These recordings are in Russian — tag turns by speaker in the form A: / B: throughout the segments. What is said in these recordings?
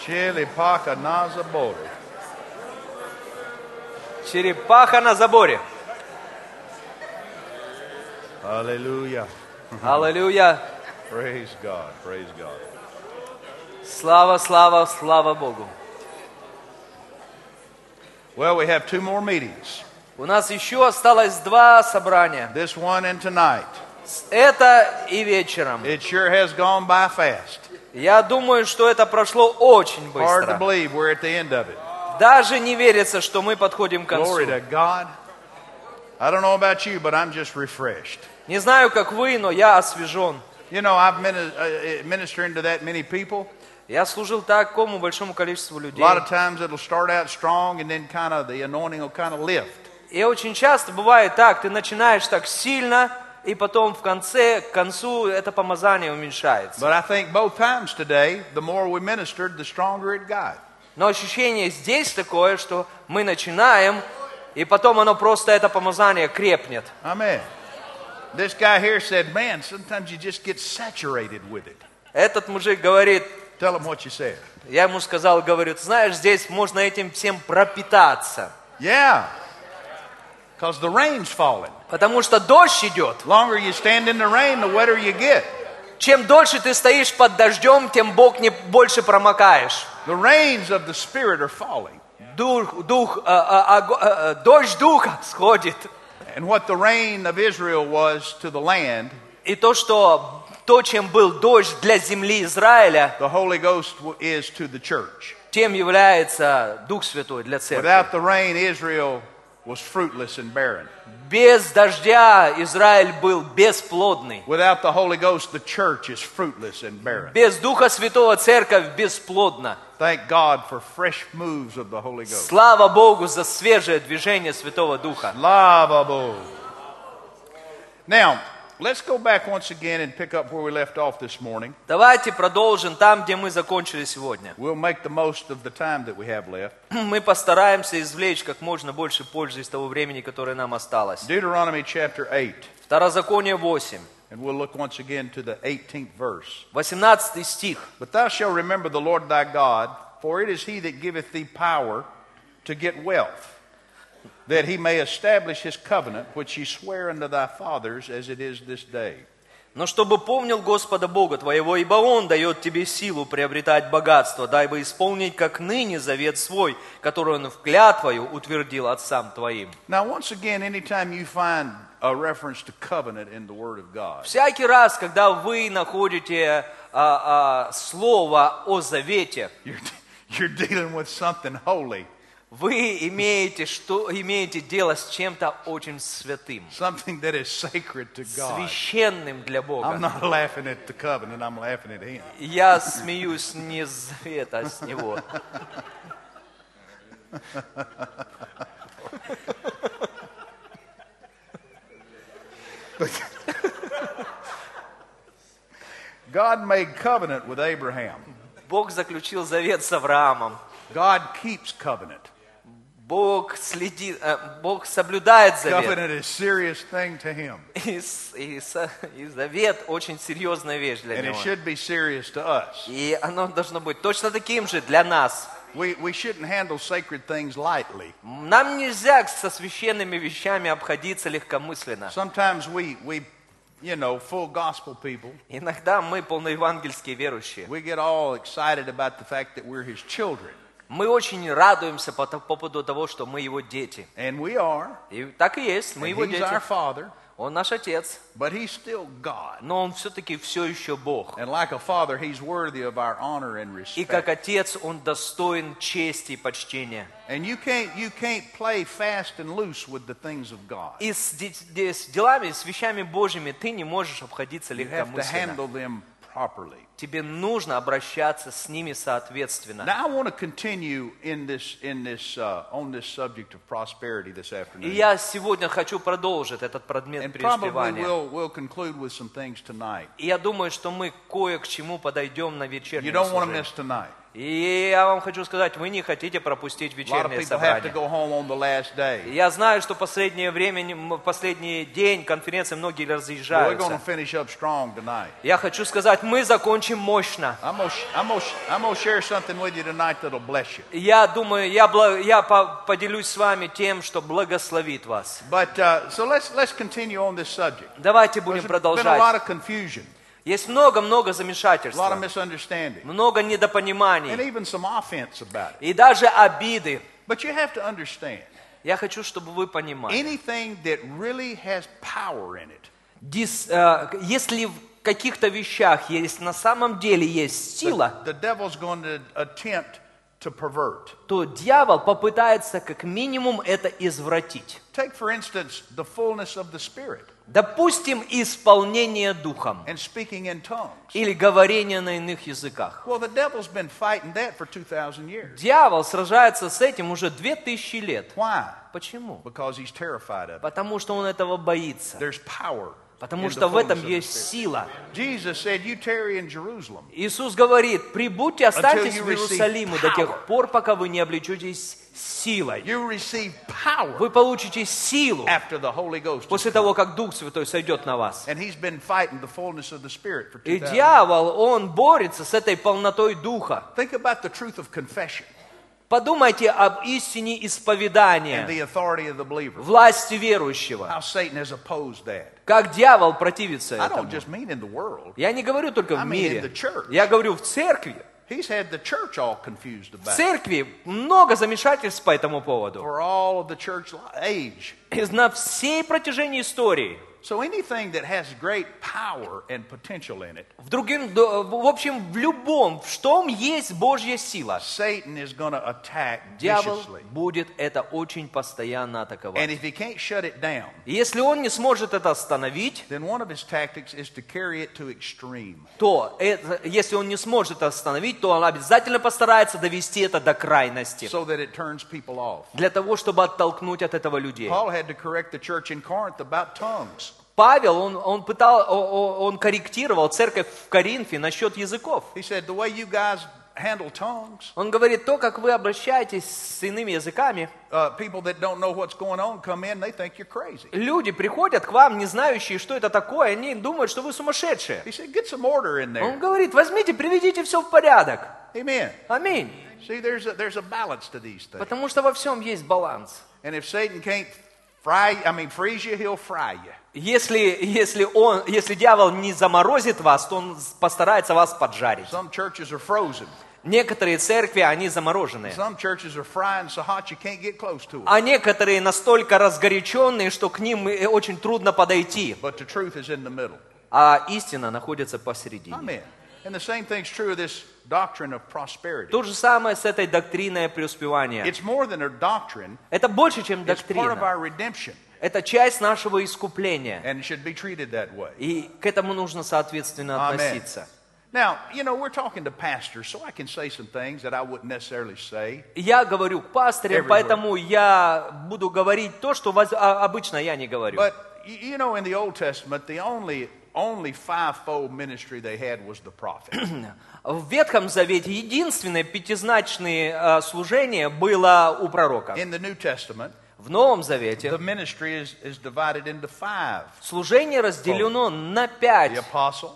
A: Черепаха на заборе.
B: Черепаха на заборе.
A: Hallelujah.
B: Аллилуйя.
A: Praise God. Praise God.
B: Слава, слава, слава Богу.
A: Well, we have two more meetings.
B: У нас еще осталось два собрания.
A: This one and tonight.
B: С- Это и вечером.
A: It sure has gone by fast.
B: Я думаю, что это прошло очень
A: Hard to
B: быстро.
A: believe we're at the end of it.
B: Даже не верится, что мы подходим к
A: Glory
B: концу.
A: to God. I don't know about you, but I'm just refreshed.
B: Не знаю, как вы, но я освежен.
A: You know, I've been uh, uh, ministering to that many people.
B: Я служил такому большому количеству
A: A
B: людей.
A: lot of times it'll start out strong and then kind of the anointing will kind of lift.
B: И очень часто бывает так, ты начинаешь так сильно, и потом в конце, к концу это помазание уменьшается.
A: But I think both times today, the more we ministered, the stronger it got.
B: Но ощущение здесь такое, что мы начинаем, и потом оно просто, это помазание крепнет.
A: Amen. This guy here said, Man, sometimes you just get saturated with it.
B: Этот мужик говорит,
A: Tell him what you said.
B: я ему сказал, говорю, «Ты знаешь, здесь можно этим всем пропитаться,
A: Yeah. Because the rain's falling.
B: потому что дождь идет.
A: Longer you stand in the rain, the wetter you get.
B: Чем дольше ты стоишь под дождем, тем Бог не больше промокаешь.
A: The rains of the Spirit are falling.
B: Дух, дух, а, а, огу- а, а, дождь духа сходит.
A: And what the rain of Israel was to the land,
B: И то, что то, чем был дождь для земли Израиля,
A: the Holy Ghost w- is to the church.
B: тем является Дух Святой для церкви.
A: Without the rain, Israel was fruitless and barren.
B: Без дождя Израиль был бесплодный.
A: Without the Holy Ghost, the church is fruitless and barren.
B: Без Духа Святого церковь бесплодна.
A: Thank God for fresh moves of the Holy Ghost.
B: Слава Богу за свежее движение Святого Духа.
A: Lavable. Now, let's go back once again and pick up where we left off this morning.
B: Давайте продолжим там, где мы закончили сегодня.
A: We'll make the most of the time that we have left.
B: Мы постараемся извлечь как можно больше пользы из того времени, которое нам осталось.
A: Deuteronomy chapter 8,
B: Второзаконие 8,
A: and we'll look once again to the 18th verse.
B: 18 стих.
A: But thou shalt remember the Lord thy God, for it is he that giveth thee power to get wealth, that he may establish his covenant, which he sware unto thy fathers as it is this day.
B: Но чтобы помнил Господа Бога твоего, ибо Он дает тебе силу приобретать богатство, дабы исполнить, как ныне, завет свой, который Он в клятвою утвердил отцам твоим.
A: Now, once again, anytime you find a reference to covenant in the Word of God,
B: Всякий раз, когда вы находите а, а, слово о завете,
A: you're, you're dealing with something holy,
B: вы имеете, что, имеете дело с чем-то очень святым,
A: something that is sacred to God.
B: священным для Бога.
A: I'm not laughing at the covenant, I'm laughing at him.
B: Я смеюсь не с завета, а с него.
A: God made covenant with Abraham.
B: Бог заключил завет с Авраамом.
A: God keeps covenant.
B: Бог следит, э, Бог соблюдает завет.
A: Covenant is a serious thing to him.
B: И, с- и со- и завет очень серьезная вещь для
A: And it
B: него.
A: should be serious to us.
B: И оно должно быть точно таким же для нас.
A: We, we shouldn't handle sacred things lightly.
B: Нам нельзя со священными вещами обходиться легкомысленно.
A: Sometimes we, we, you know, full gospel people,
B: Иногда мы полноевангельские верующие.
A: we get all excited about the fact that we're his children.
B: Мы очень радуемся по, то- по поводу того, что мы его дети.
A: And we are.
B: И так и есть, мы
A: And
B: его
A: he's our
B: дети.
A: father,
B: Он наш отец,
A: but he's still God.
B: но он все-таки все еще Бог.
A: And like a father, he's worthy of our honor and
B: И как
A: respect.
B: отец он достоин чести и почтения.
A: And you can't, you can't play fast and loose with the things of God.
B: И с, де- де- с делами, с вещами Божьими ты не можешь обходиться
A: You have to
B: легкомысленно.
A: handle them properly.
B: Тебе нужно обращаться с ними соответственно.
A: Now I want to continue in this in this uh, on this subject of prosperity this
B: И
A: afternoon.
B: я сегодня хочу продолжить этот предмет
A: and probably
B: преуспевания.
A: we'll we'll conclude with some things tonight.
B: И я думаю, что мы кое к чему подойдем на
A: You
B: вечернем
A: don't want to
B: служении.
A: miss tonight.
B: И я вам хочу сказать, вы не хотите
A: A
B: пропустить
A: lot of
B: вечернее
A: people have to
B: собрание.
A: go home on the last day.
B: Я знаю, что последнее время, м, последний день конференции многие
A: But we're going to
B: разъезжаются.
A: finish up strong tonight.
B: Я хочу сказать, мы закончим мощно.
A: I'm going to share something with you tonight that'll bless you.
B: Я думаю, я, бла- я по- поделюсь с вами тем, что благословит вас.
A: But uh, so let's, let's continue on this subject.
B: Давайте
A: There's been
B: будем
A: a lot
B: продолжать.
A: of confusion,
B: Есть много-много
A: a lot of
B: замешательства,
A: misunderstanding,
B: много
A: and
B: недопониманий
A: even some offense about it.
B: и даже обиды.
A: But you have to understand
B: Я хочу, чтобы вы понимали.
A: anything that really has power in it,
B: Дис- э, если в каких-то вещах есть на самом деле есть сила,
A: the, the devil's going to attempt to pervert.
B: то дьявол попытается как минимум это извратить.
A: Take, for instance, the fullness of the Spirit
B: Допустим, исполнение духом
A: and speaking in tongues.
B: или говорение на иных языках.
A: Well, the devil's been fighting that for 2,000 years.
B: Дьявол сражается с этим уже 2000 лет.
A: Why?
B: Почему?
A: Because he's terrified of it.
B: Потому что он этого боится.
A: There's power. in
B: Потому
A: the
B: что в этом
A: fullness of the
B: есть
A: Spirit.
B: сила.
A: Jesus said, You tarry in Jerusalem
B: Иисус говорит, прибудьте, останьтесь
A: you
B: в
A: receive
B: Иерусалиме до
A: power.
B: тех пор, пока вы не облечетесь силой.
A: You receive power
B: Вы получите силу
A: after the Holy Ghost.
B: после того, как Дух Святой сойдет на вас.
A: And he's been fighting the fullness of the Spirit for 2000
B: И
A: years.
B: дьявол, он борется с этой полнотой Духа.
A: Think about the truth of confession
B: Подумайте об истине
A: and
B: исповедания,
A: the authority of the believer.
B: власти верующего.
A: How Satan has opposed that.
B: Как дьявол противится
A: I don't
B: этому.
A: just mean in the world.
B: Я не говорю только
A: I
B: в
A: mean in
B: мире.
A: the church.
B: Я говорю в церкви.
A: He's had the church all confused
B: В
A: about it
B: церкви много замешательств по этому поводу.
A: for all of the church li- age.
B: И на всей протяжении истории.
A: So anything that has great поwer and potential in it,
B: В, другим, до- в общем, в любом, в том есть Божья сила.
A: Satan is going to attack
B: Дьявол
A: viciously.
B: будет это очень постоянно атаковать.
A: And if he can't shut it down,
B: И Если он не сможет это остановить,
A: then one of his tactics is to carry it to extreme.
B: то это- если он не сможет это остановить, то он обязательно постарается довести это до крайности.
A: so that it turns people off.
B: для того, чтобы оттолкнуть от этого людей.
A: Paul had to correct the church in Corinth about tongues.
B: Павел, он, он, пытал, о- о- он корректировал церковь в Коринфе насчет языков.
A: He said, The way you guys handle tongues,
B: Он говорит, то, как вы обращаетесь с иными языками,
A: uh, people that don't know what's going on come in, they think you're crazy.
B: люди приходят к вам, не знающие, что это такое, они думают, что вы сумасшедшие.
A: He said, Get some order in
B: Он
A: there.
B: говорит, возьмите, приведите все в порядок.
A: Amen.
B: Аминь.
A: See, there's a, there's a balance to these things.
B: Потому что во всем есть баланс.
A: And if Satan can't fry, I mean, freeze you, he'll fry you.
B: Если, если, он, если дьявол не заморозит вас, то он постарается вас поджарить.
A: Some churches are frozen.
B: Некоторые церкви, они замороженные.
A: Some churches are frying so hot you can't get close to them.
B: А некоторые настолько разгоряченные, что к ним э, очень трудно подойти.
A: But the truth is in the middle.
B: А истина находится посередине.
A: Amen. And the same thing's true of this doctrine of prosperity.
B: То же самое с этой доктриной преуспевания.
A: It's more than a doctrine,
B: Это больше, чем
A: It's part of
B: доктрина.
A: our redemption,
B: Это часть нашего искупления.
A: and it should be treated that way.
B: И к этому нужно соответственно
A: Amen.
B: относиться.
A: Now, you know, we're talking to pastors, so I can say some things that I wouldn't necessarily say.
B: Я говорю к пастырям,
A: Everywhere.
B: поэтому я буду говорить то, что воз- а, обычно я не говорю.
A: But y- you know, in the Old Testament, the only only fivefold ministry they had was the prophet.
B: В Ветхом Завете единственное пятизначное э, служение было у пророка.
A: in the New Testament,
B: В Новом Завете
A: the ministry is, is divided into five:
B: Служение разделено на
A: the
B: пять.
A: apostle,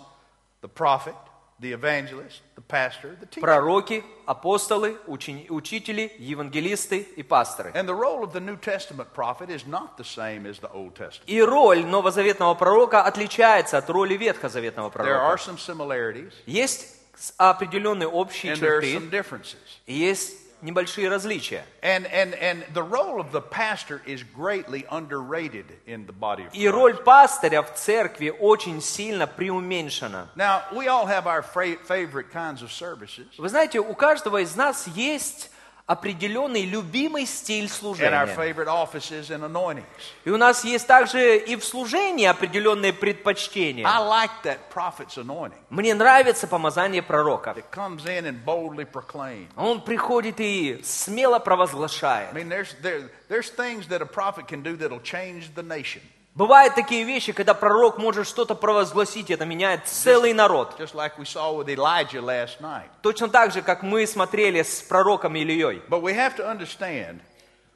A: the prophet, the evangelist, the pastor, the teacher.
B: Пророки, апостолы, учени- учители, евангелисты и пасторы.
A: And the role of the New Testament prophet is not the same as the Old Testament.
B: И роль новозаветного пророка отличается от роли ветхозаветного
A: There are
B: пророка.
A: some similarities
B: Есть с- определенные общие
A: and there are
B: черты,
A: some differences.
B: и есть небольшие различия.
A: And, and, and the role of the pastor is greatly underrated in the body of
B: И
A: Christ.
B: роль пастыря в церкви очень сильно преуменьшена.
A: Now, we all have our fra- favorite kinds of services
B: Вы знаете, у каждого из нас есть определенный любимый стиль
A: and our
B: служения.
A: favorite offices and anointings.
B: И у нас есть также и в служении определенные предпочтения.
A: I like that prophet's anointing
B: Мне нравится помазание пророка.
A: that comes in and boldly proclaims.
B: Он приходит и смело
A: I
B: провозглашает.
A: mean, there's, there, there's things that a prophet can do that'll change the nation.
B: Бывают такие вещи, когда пророк может что-то провозгласить, и это меняет целый народ.
A: just like we saw with Elijah last night.
B: Точно так же, как мы смотрели с пророком Ильей.
A: But we have to understand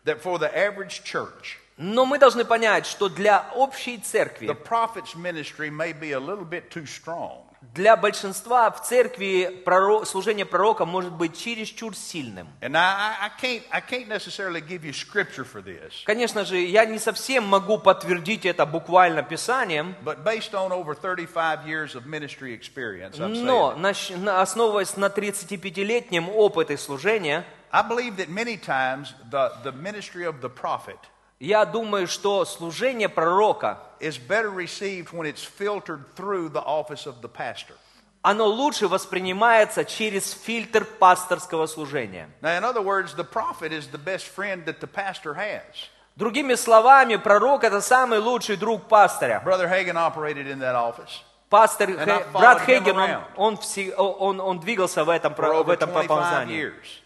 A: that for the average church,
B: Но мы должны понять, что для общей
A: the
B: церкви,
A: prophet's ministry may be a little bit too strong.
B: для большинства в церкви проро- служение пророка может быть чересчур сильным.
A: And I, I- I can't, I can't necessarily give you scripture for this,
B: Конечно же, я не совсем могу подтвердить это буквально Писанием,
A: but based on over 35 years of ministry experience, I'm
B: но
A: saying,
B: нач- на- основываясь на 35-летнем опыте служения,
A: I believe that many times the, the ministry of the prophet
B: я думаю, что служение пророка,
A: is better received when it's filtered through the office of the pastor.
B: оно лучше воспринимается через фильтр пасторского служения.
A: Now, in other words, the prophet is the best friend that the pastor has.
B: Другими словами, пророк – это самый лучший друг пастыря.
A: Brother Hagan operated in that office
B: Пастор,
A: And
B: Хе-
A: I followed
B: брат
A: him
B: Хейген, он,
A: around.
B: он все- он- он двигался в этом,
A: for
B: про- в
A: over
B: этом
A: 25
B: проползании.
A: years.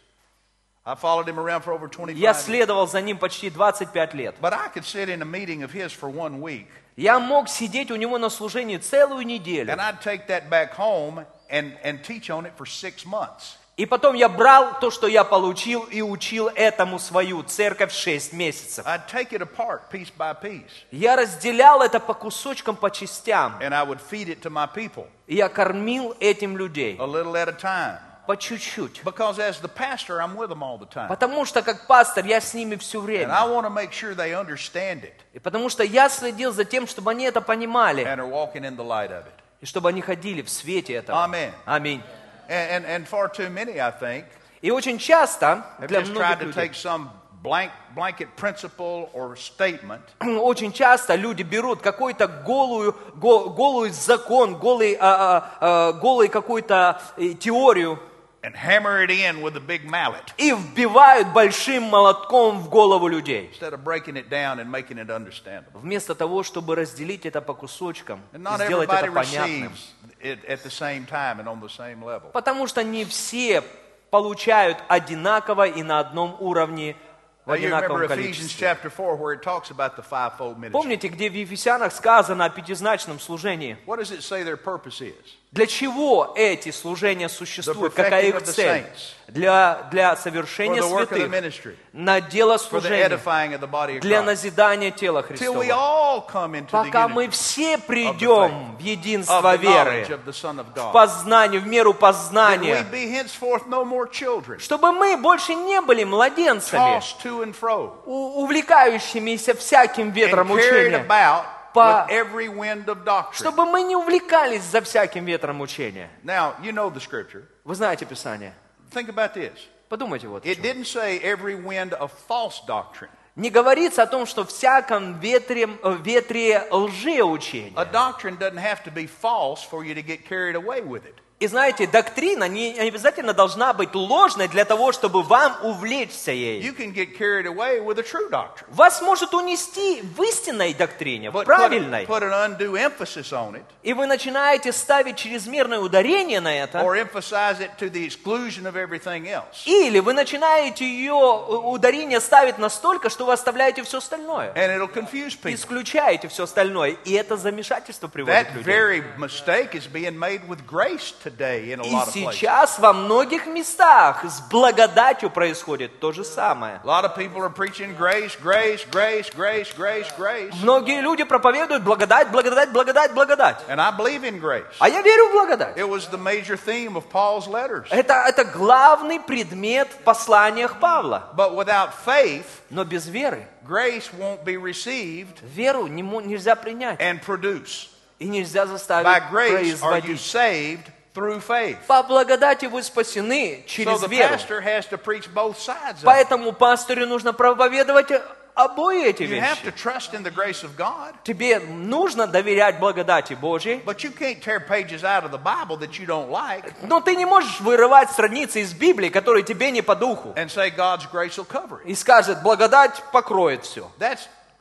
A: I followed him around for over 25
B: Я
A: years.
B: следовал за ним почти 25 лет.
A: But I could sit in a meeting of his for one week,
B: Я мог сидеть у него на служении целую неделю.
A: and I'd take that back home and, and teach on it for six months.
B: И потом я брал то, что я получил, и учил этому свою церковь 6 месяцев.
A: I'd take it apart piece by piece,
B: Я разделял это по кусочкам, по частям.
A: and I would feed it to my people
B: И я кормил этим людей.
A: a little at a time.
B: По чуть-чуть.
A: Because as the pastor, I'm with them all the time.
B: Потому что как пастор я с ними все
A: And
B: время.
A: I want to make sure they understand it
B: И потому что я следил за тем, чтобы они это понимали.
A: and are walking in the light of it.
B: И чтобы они ходили в свете этого.
A: Amen.
B: Аминь.
A: And, and, and far too many, I think,
B: И очень часто
A: have
B: для
A: just tried
B: многих
A: to
B: людей,
A: take some blank, blanket principle or statement
B: очень часто люди берут какой-то голую, го- голый закон, голый, а, а, а, голый какую-то э, теорию
A: and hammer it in with a big mallet
B: и вбивают большим молотком в голову людей.
A: instead of breaking it down and making it understandable.
B: Вместо того, чтобы разделить это по кусочкам,
A: And
B: и
A: not
B: сделать
A: everybody
B: это понятным.
A: receives it at the same time and on the same level.
B: Потому что не все получают одинаково и на одном уровне в
A: Now, you remember
B: одинаковом
A: Ephesians
B: количестве.
A: chapter 4 where it talks about the fivefold ministry.
B: Помните, где в Ефесянах сказано о пятизначном служении?
A: What does it say their purpose is?
B: Для чего эти служения существуют?
A: The perfecting
B: Какая
A: of
B: их
A: the
B: цель?
A: saints.
B: Для, для
A: For
B: совершения
A: the work of the
B: святых,
A: ministry,
B: на дело
A: for the
B: служения,
A: edifying of the body of
B: для
A: Christ.
B: назидания тела
A: Till we
B: Христова.
A: all come into the
B: Пока мы
A: unity
B: все
A: faith,
B: придем в
A: of
B: единство
A: the knowledge
B: веры,
A: of the Son of
B: в
A: God.
B: познание, в меру
A: That
B: познания,
A: we be henceforth no more children,
B: чтобы мы больше не были младенцами,
A: tossed to and fro,
B: у- увлекающимися всяким
A: and
B: ветром
A: carried
B: учения,
A: about
B: Па-
A: with every wind of doctrine.
B: чтобы мы не увлекались за всяким ветром учения.
A: Now, you know the scripture.
B: Вы знаете Писание.
A: Think about this.
B: Подумайте вот. о
A: It
B: чём.
A: didn't say every wind of false doctrine.
B: Не говорится о том, что всяком ветре, э, ветре лжеучения.
A: A doctrine doesn't have to be false for you to get carried away with it.
B: И знаете, доктрина не обязательно должна быть ложной для того, чтобы вам увлечься ей.
A: You can get carried away with a true doctrine.
B: Вас может унести в истинной доктрине, в
A: But put,
B: правильной.
A: put an undue emphasis on it
B: И вы начинаете ставить чрезмерное ударение на это.
A: or emphasize it to the exclusion of everything else.
B: Или вы начинаете ее ударение ставить настолько, что вы оставляете все остальное.
A: And it'll confuse people.
B: Исключаете все остальное. И это замешательство приводит
A: That
B: людей.
A: very mistake is being made with grace today in a
B: И
A: lot of places.
B: сейчас во многих местах с благодатью происходит то же самое.
A: A lot of people are preaching grace, grace, grace, grace, grace, grace.
B: Многие люди проповедуют благодать, благодать, благодать, благодать.
A: And I believe in grace.
B: А я верю в благодать.
A: It was the major theme of Paul's letters.
B: Это, это главный предмет в посланиях Павла.
A: But without faith,
B: Но без веры
A: grace won't be received
B: веру не мо- нельзя принять
A: and produce.
B: и нельзя
A: By
B: заставить
A: grace are you
B: производить.
A: saved through faith.
B: По благодати вы спасены
A: So
B: через
A: the
B: веру.
A: pastor has to preach both sides of it.
B: Поэтому пастырю нужно проповедовать обои эти
A: You have
B: вещи.
A: to trust in the grace of God,
B: Тебе нужно доверять благодати Божьей,
A: but you can't tear pages out of the Bible that you don't like
B: но ты не можешь вырывать страницы из Библии, которые тебе не по духу,
A: and say God's grace will cover it.
B: и скажет, благодать покроет все.
A: That's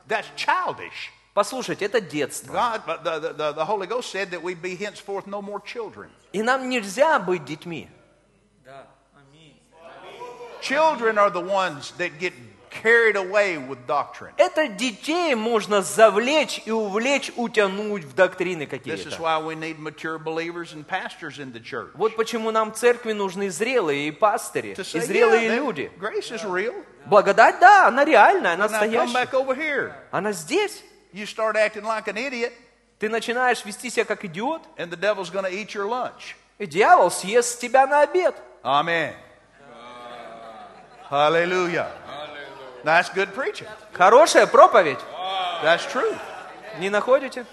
A: that's childish.
B: Послушайте, это детство.
A: God, but the, the- the, the Holy Ghost said that we be henceforth no more children.
B: И нам нельзя быть детьми.
A: Children are the ones that get carried away with doctrine.
B: Это детей можно завлечь и увлечь, утянуть в доктрины
A: This is
B: какие-то.
A: why we need mature believers and pastors in the church.
B: Вот почему нам в церкви нужны зрелые и пастыри,
A: To
B: и
A: say,
B: зрелые
A: yeah, that-
B: люди.
A: grace is real.
B: Благодать, да, она реальная, она
A: Now come
B: настоящая.
A: back over here.
B: Она здесь.
A: You start acting like an idiot,
B: Ты начинаешь вести себя как идиот,
A: and the devil's going to eat your lunch.
B: и дьявол съест тебя на обед.
A: Amen. Hallelujah. Now, That's good preaching.
B: Хорошая проповедь.
A: That's true.
B: Не находите?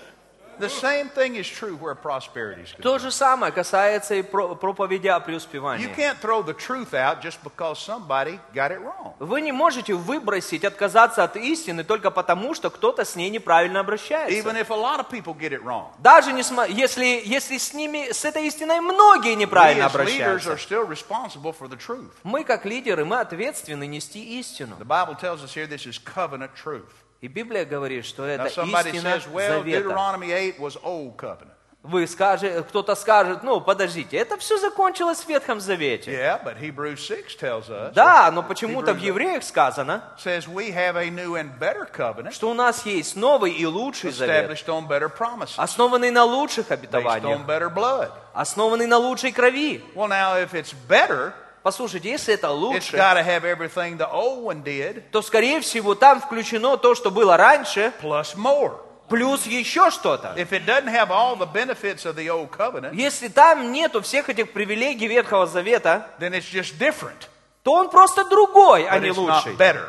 A: The same thing is true where prosperity is concerned.
B: То же самое касается и про- проповеди о преуспевании.
A: You can't throw the truth out just because somebody got it wrong.
B: Вы не можете выбросить, отказаться от истины только потому, что кто-то с ней неправильно обращается.
A: Even if a lot of people get it wrong.
B: Даже несма- если, если с ними, с этой истиной многие
A: We
B: неправильно
A: as leaders
B: обращаются.
A: are still responsible for the truth.
B: Мы, как лидеры, мы ответственны нести истину.
A: The Bible tells us here this is covenant truth.
B: И Библия говорит, что это
A: Now somebody
B: истина
A: says, well,
B: завета.
A: Deuteronomy 8 was old covenant.
B: Вы скажете, кто-то скажет, ну, подождите, это все закончилось в Ветхом Завете.
A: Yeah, but Hebrews 6 tells us,
B: Да, но почему-то в
A: Hebrews-
B: Евреях сказано,
A: says we have a new and better covenant
B: что у нас есть новый и лучший завет,
A: established on better promises,
B: основанный на лучших
A: based
B: обетованиях,
A: on better blood.
B: основанный на лучшей крови.
A: Well, now if it's better,
B: Послушайте, если это
A: it's
B: лучше,
A: got to have everything the old one did
B: то, скорее всего, там включено то, что было раньше,
A: plus more.
B: плюс еще что-то.
A: If it doesn't have all the benefits of the old covenant,
B: Если там нету всех этих привилегий Ветхого Завета,
A: then it's just different,
B: то он просто другой, а
A: but
B: не
A: it's
B: лучший.
A: not better.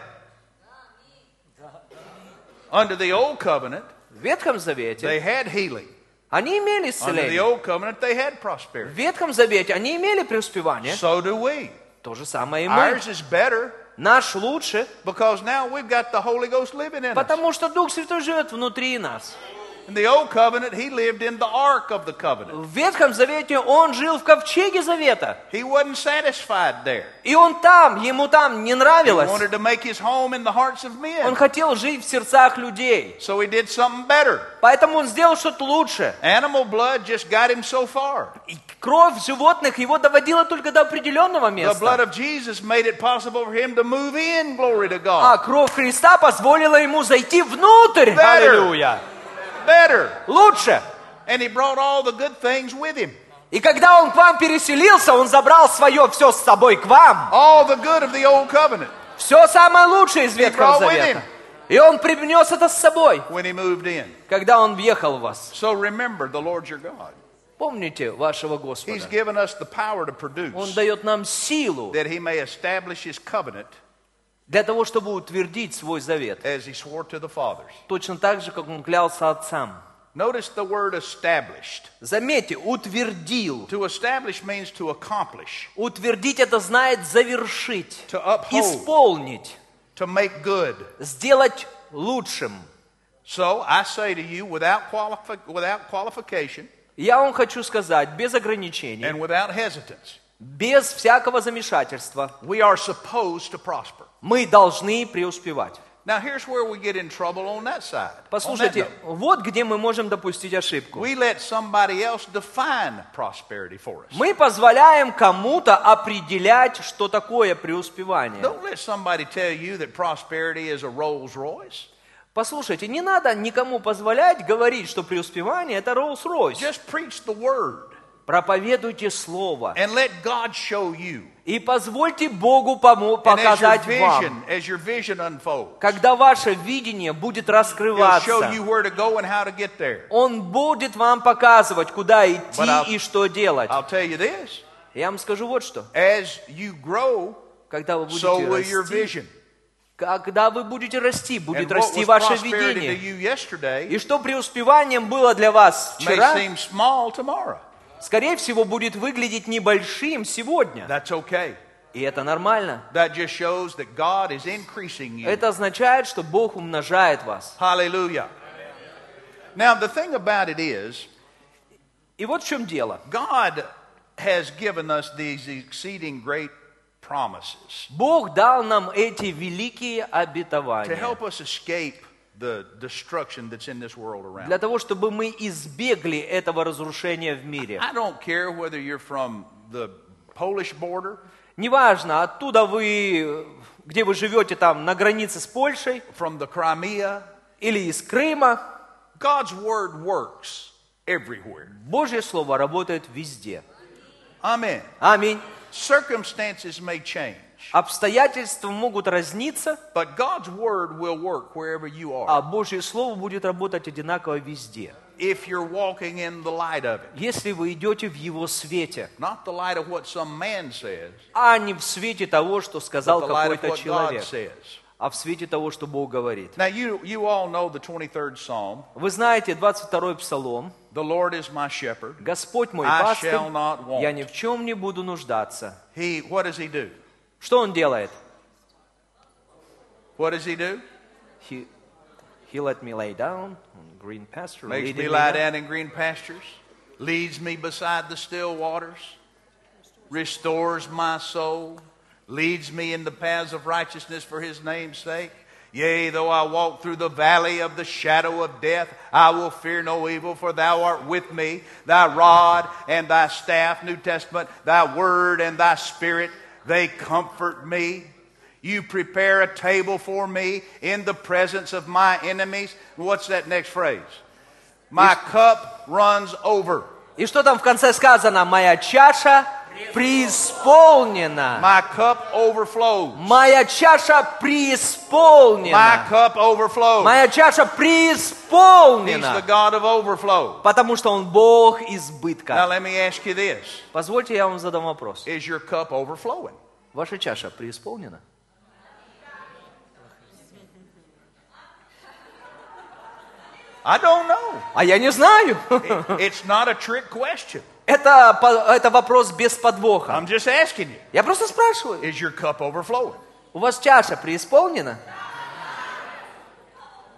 A: Under the old covenant,
B: В Ветхом
A: they
B: Завете
A: had healing.
B: они имели
A: Under the
B: исцеление.
A: old covenant, they had
B: В
A: prosperity.
B: Ветхом Завете они имели преуспевание.
A: So do we.
B: То же самое и мы.
A: Ours is better
B: Наш лучше,
A: because now we've got the Holy Ghost living in us.
B: потому что Дух Святой живет внутри нас.
A: In the old covenant, he lived in the ark of the covenant.
B: В Ветхом Завете он жил в ковчеге Завета.
A: He wasn't satisfied there.
B: И он там, ему там не
A: He
B: нравилось.
A: wanted to make his home in the hearts of
B: Он
A: men.
B: хотел жить в сердцах людей.
A: So he did something better.
B: Поэтому он сделал что-то лучше.
A: Animal blood just got him so far.
B: И кровь животных его доводила только до определенного
A: The blood
B: места.
A: of Jesus made it possible for him to move in, glory to
B: А
A: God.
B: кровь Христа позволила ему зайти внутрь.
A: Better.
B: Аллилуйя.
A: Better.
B: Лучше.
A: And he brought all the good things with him.
B: И когда он к вам переселился, он забрал свое все с собой к вам.
A: All the good of the old covenant
B: Все самое лучшее из
A: brought
B: Ветхого
A: with
B: Завета.
A: him.
B: И он принес это с собой,
A: when he moved in.
B: когда он въехал в вас.
A: So remember the Lord your God.
B: Помните вашего Господа.
A: He's given us the power to
B: Он
A: produce
B: дает нам силу
A: that he may establish his covenant
B: для того, чтобы утвердить свой завет.
A: as he swore to the fathers.
B: Точно так же, как он клялся отцам.
A: Notice the word established.
B: Заметьте, утвердил.
A: To establish means to accomplish,
B: Утвердить это знает завершить,
A: To uphold.
B: исполнить,
A: to make good.
B: сделать лучшим.
A: So I say to you, without, qualifi- without qualification
B: Я вам хочу сказать, без ограничений,
A: and without hesitance,
B: без всякого замешательства,
A: we are supposed to prosper.
B: мы должны преуспевать.
A: Now, here's where we get in trouble on that side. On that
B: Послушайте,
A: note,
B: вот где мы можем допустить ошибку.
A: we let somebody else define prosperity for us.
B: Мы позволяем кому-то определять, что такое преуспевание.
A: Don't let somebody tell you that prosperity is a Rolls Royce.
B: Послушайте, не надо никому позволять говорить, что преуспевание – это Роллс-Ройс.
A: Just preach the word
B: Проповедуйте Слово
A: and let God show you.
B: и позвольте Богу
A: And as your
B: помо- показать вам.
A: vision, as your vision unfolds,
B: Когда ваше видение будет
A: He'll show you
B: раскрываться,
A: where to go and how to get there.
B: Он будет вам показывать, куда идти
A: But I'll-
B: и что делать.
A: I'll tell you this:
B: Я вам скажу вот что.
A: as you grow,
B: Когда вы
A: so
B: будете
A: will your
B: расти,
A: vision.
B: когда вы будете расти, будет
A: And what
B: расти
A: was
B: ваше
A: prosperity to
B: видение.
A: you yesterday
B: И что преуспеванием было для вас
A: may
B: вчера,
A: seem small tomorrow.
B: скорее всего, будет выглядеть небольшим сегодня.
A: That's okay.
B: И это нормально.
A: That just shows that God is increasing you.
B: Это означает, что Бог умножает вас.
A: Hallelujah. Now the thing about it is,
B: И вот в чем дело.
A: God has given us these exceeding great promises
B: Бог дал нам эти великие
A: to
B: обетования.
A: help us escape the destruction that's in this world around.
B: для того, чтобы мы избегли этого разрушения в мире.
A: I don't care whether you're from the Polish border
B: Неважно, оттуда вы где вы живете там на границе с Польшей
A: from the Crimea.
B: или из Крыма,
A: God's word works everywhere.
B: Божье Слово работает везде.
A: Amen.
B: Аминь.
A: Circumstances may change,
B: Обстоятельства могут разниться,
A: but God's word will work wherever you are
B: а Божье Слово будет работать одинаково везде.
A: if you're walking in the light of it.
B: Если вы идете в Его свете,
A: Not the light of what some man says,
B: а не в свете того, что
A: but
B: сказал
A: the light of
B: какой-то
A: what God
B: человек,
A: says.
B: а в свете того, что Бог говорит.
A: Now, you, you all know the 23rd Psalm
B: Вы знаете 22-й псалом,
A: The Lord is my shepherd.
B: Господь мой
A: I
B: пастырь,
A: shall not want.
B: я ни в чем не буду нуждаться.
A: He, what does he do?
B: Что он делает?
A: What does he do?
B: He, he let me lay down on green pasture.
A: Makes
B: leading
A: me
B: me
A: lie
B: not-
A: down in green pastures, leads me beside the still waters, restores my soul, leads me in the paths of righteousness for his name's sake. Yea, though I walk through the valley of the shadow of death, I will fear no evil, for thou art with me. Thy rod and thy staff, New Testament, thy word and thy spirit, they comfort me. You prepare a table for me in the presence of my enemies. What's that next phrase? My cup runs over.
B: И что там в конце сказано? Моя чаша преисполнена.
A: My cup overflows.
B: Моя чаша
A: My
B: преисполнена.
A: cup overflows.
B: Моя чаша
A: He's the
B: преисполнена.
A: God of overflow.
B: Потому что он Бог
A: Now
B: избытка.
A: let me ask you this.
B: Позвольте, я вам задам вопрос.
A: Is your cup overflowing?
B: Ваша чаша преисполнена?
A: I don't know.
B: А я не знаю.
A: It's not a trick question.
B: Это, по- это вопрос без подвоха.
A: I'm just asking you.
B: Я просто спрашиваю.
A: Is your cup overflowing?
B: У вас чаша преисполнена?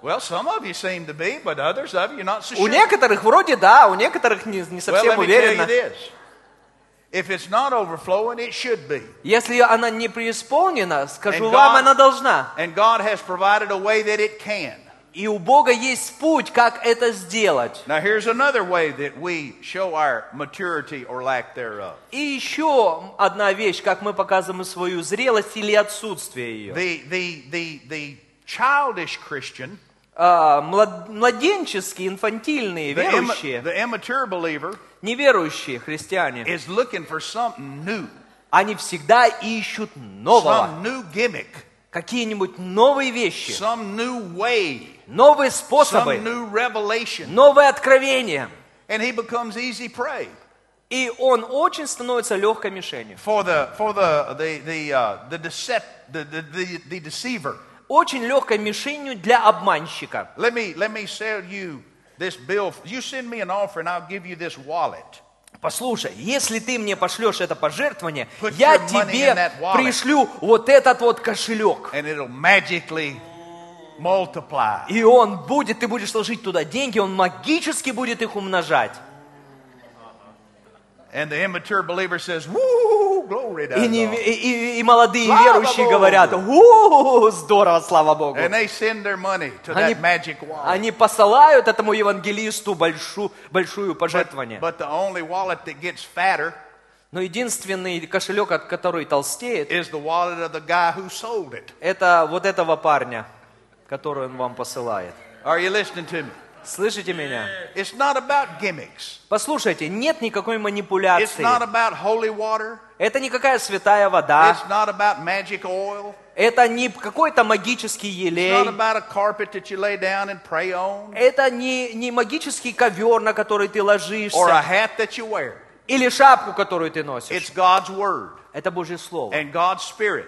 A: Well, some of you seem to be, but others of you not so
B: У
A: sure.
B: некоторых вроде да, у некоторых не, не
A: Well,
B: совсем
A: let me tell you
B: уверенно.
A: this. If it's not overflowing, it should be.
B: Если она не преисполнена, скажу
A: And
B: вам,
A: God-
B: она должна.
A: And God has provided a way that it can.
B: И у Бога есть путь, как это сделать.
A: Now, here's another way that we show our maturity or lack thereof.
B: И еще одна вещь, как мы показываем свою зрелость или отсутствие ее.
A: The, the, the, the childish Christian,
B: А, млад- младенческие, инфантильные,
A: the, imma-
B: верующие,
A: the immature believer,
B: неверующие христиане,
A: is looking for something new,
B: они всегда ищут нового.
A: some new gimmick,
B: Какие-нибудь новые вещи,
A: some new way,
B: новые
A: some
B: способы,
A: new revelation,
B: новые откровения.
A: and he becomes easy prey
B: И он очень становится легкой мишенью.
A: for the, for the, the, the, uh, the, decep- the, the, the, the deceiver.
B: Очень легкой мишенью для обманщика.
A: Let me, let me sell you this bill. You send me an offering, I'll give you this wallet.
B: Послушай, если ты мне пошлешь это пожертвование,
A: Put
B: я
A: your money in
B: тебе
A: that wallet.
B: пришлю вот этот вот кошелек.
A: and it'll magically multiply.
B: И он будет, ты будешь сложить туда деньги, он магически будет их умножать.
A: And the immature believer says, Woo, glory to
B: И, не-
A: God.
B: и- и- и молодые
A: Слава
B: верующие
A: Богу!
B: говорят, «У, здорово, слава Богу.
A: And they send their money to
B: Они,
A: that magic wallet.
B: они посылают этому евангелисту большую, большую пожертвование.
A: But, but the only wallet that gets fatter
B: Но единственный кошелек, от который толстеет,
A: is the wallet of the guy who sold it.
B: это вот этого парня, который он вам посылает.
A: Are you listening to me?
B: Слышите меня?
A: It's not about gimmicks.
B: Послушайте, нет никакой
A: It's not
B: манипуляции.
A: about holy water.
B: Это не какая святая вода.
A: It's not about magic oil.
B: Это не какой-то магический
A: It's not
B: елей.
A: about a carpet that you lay down and pray on
B: Это не, не магический ковер, на который ты
A: or a
B: ложишься.
A: hat that you wear.
B: Или шапку, которую ты носишь.
A: It's Э- God's Word
B: Это Божье Слово,
A: and God's Spirit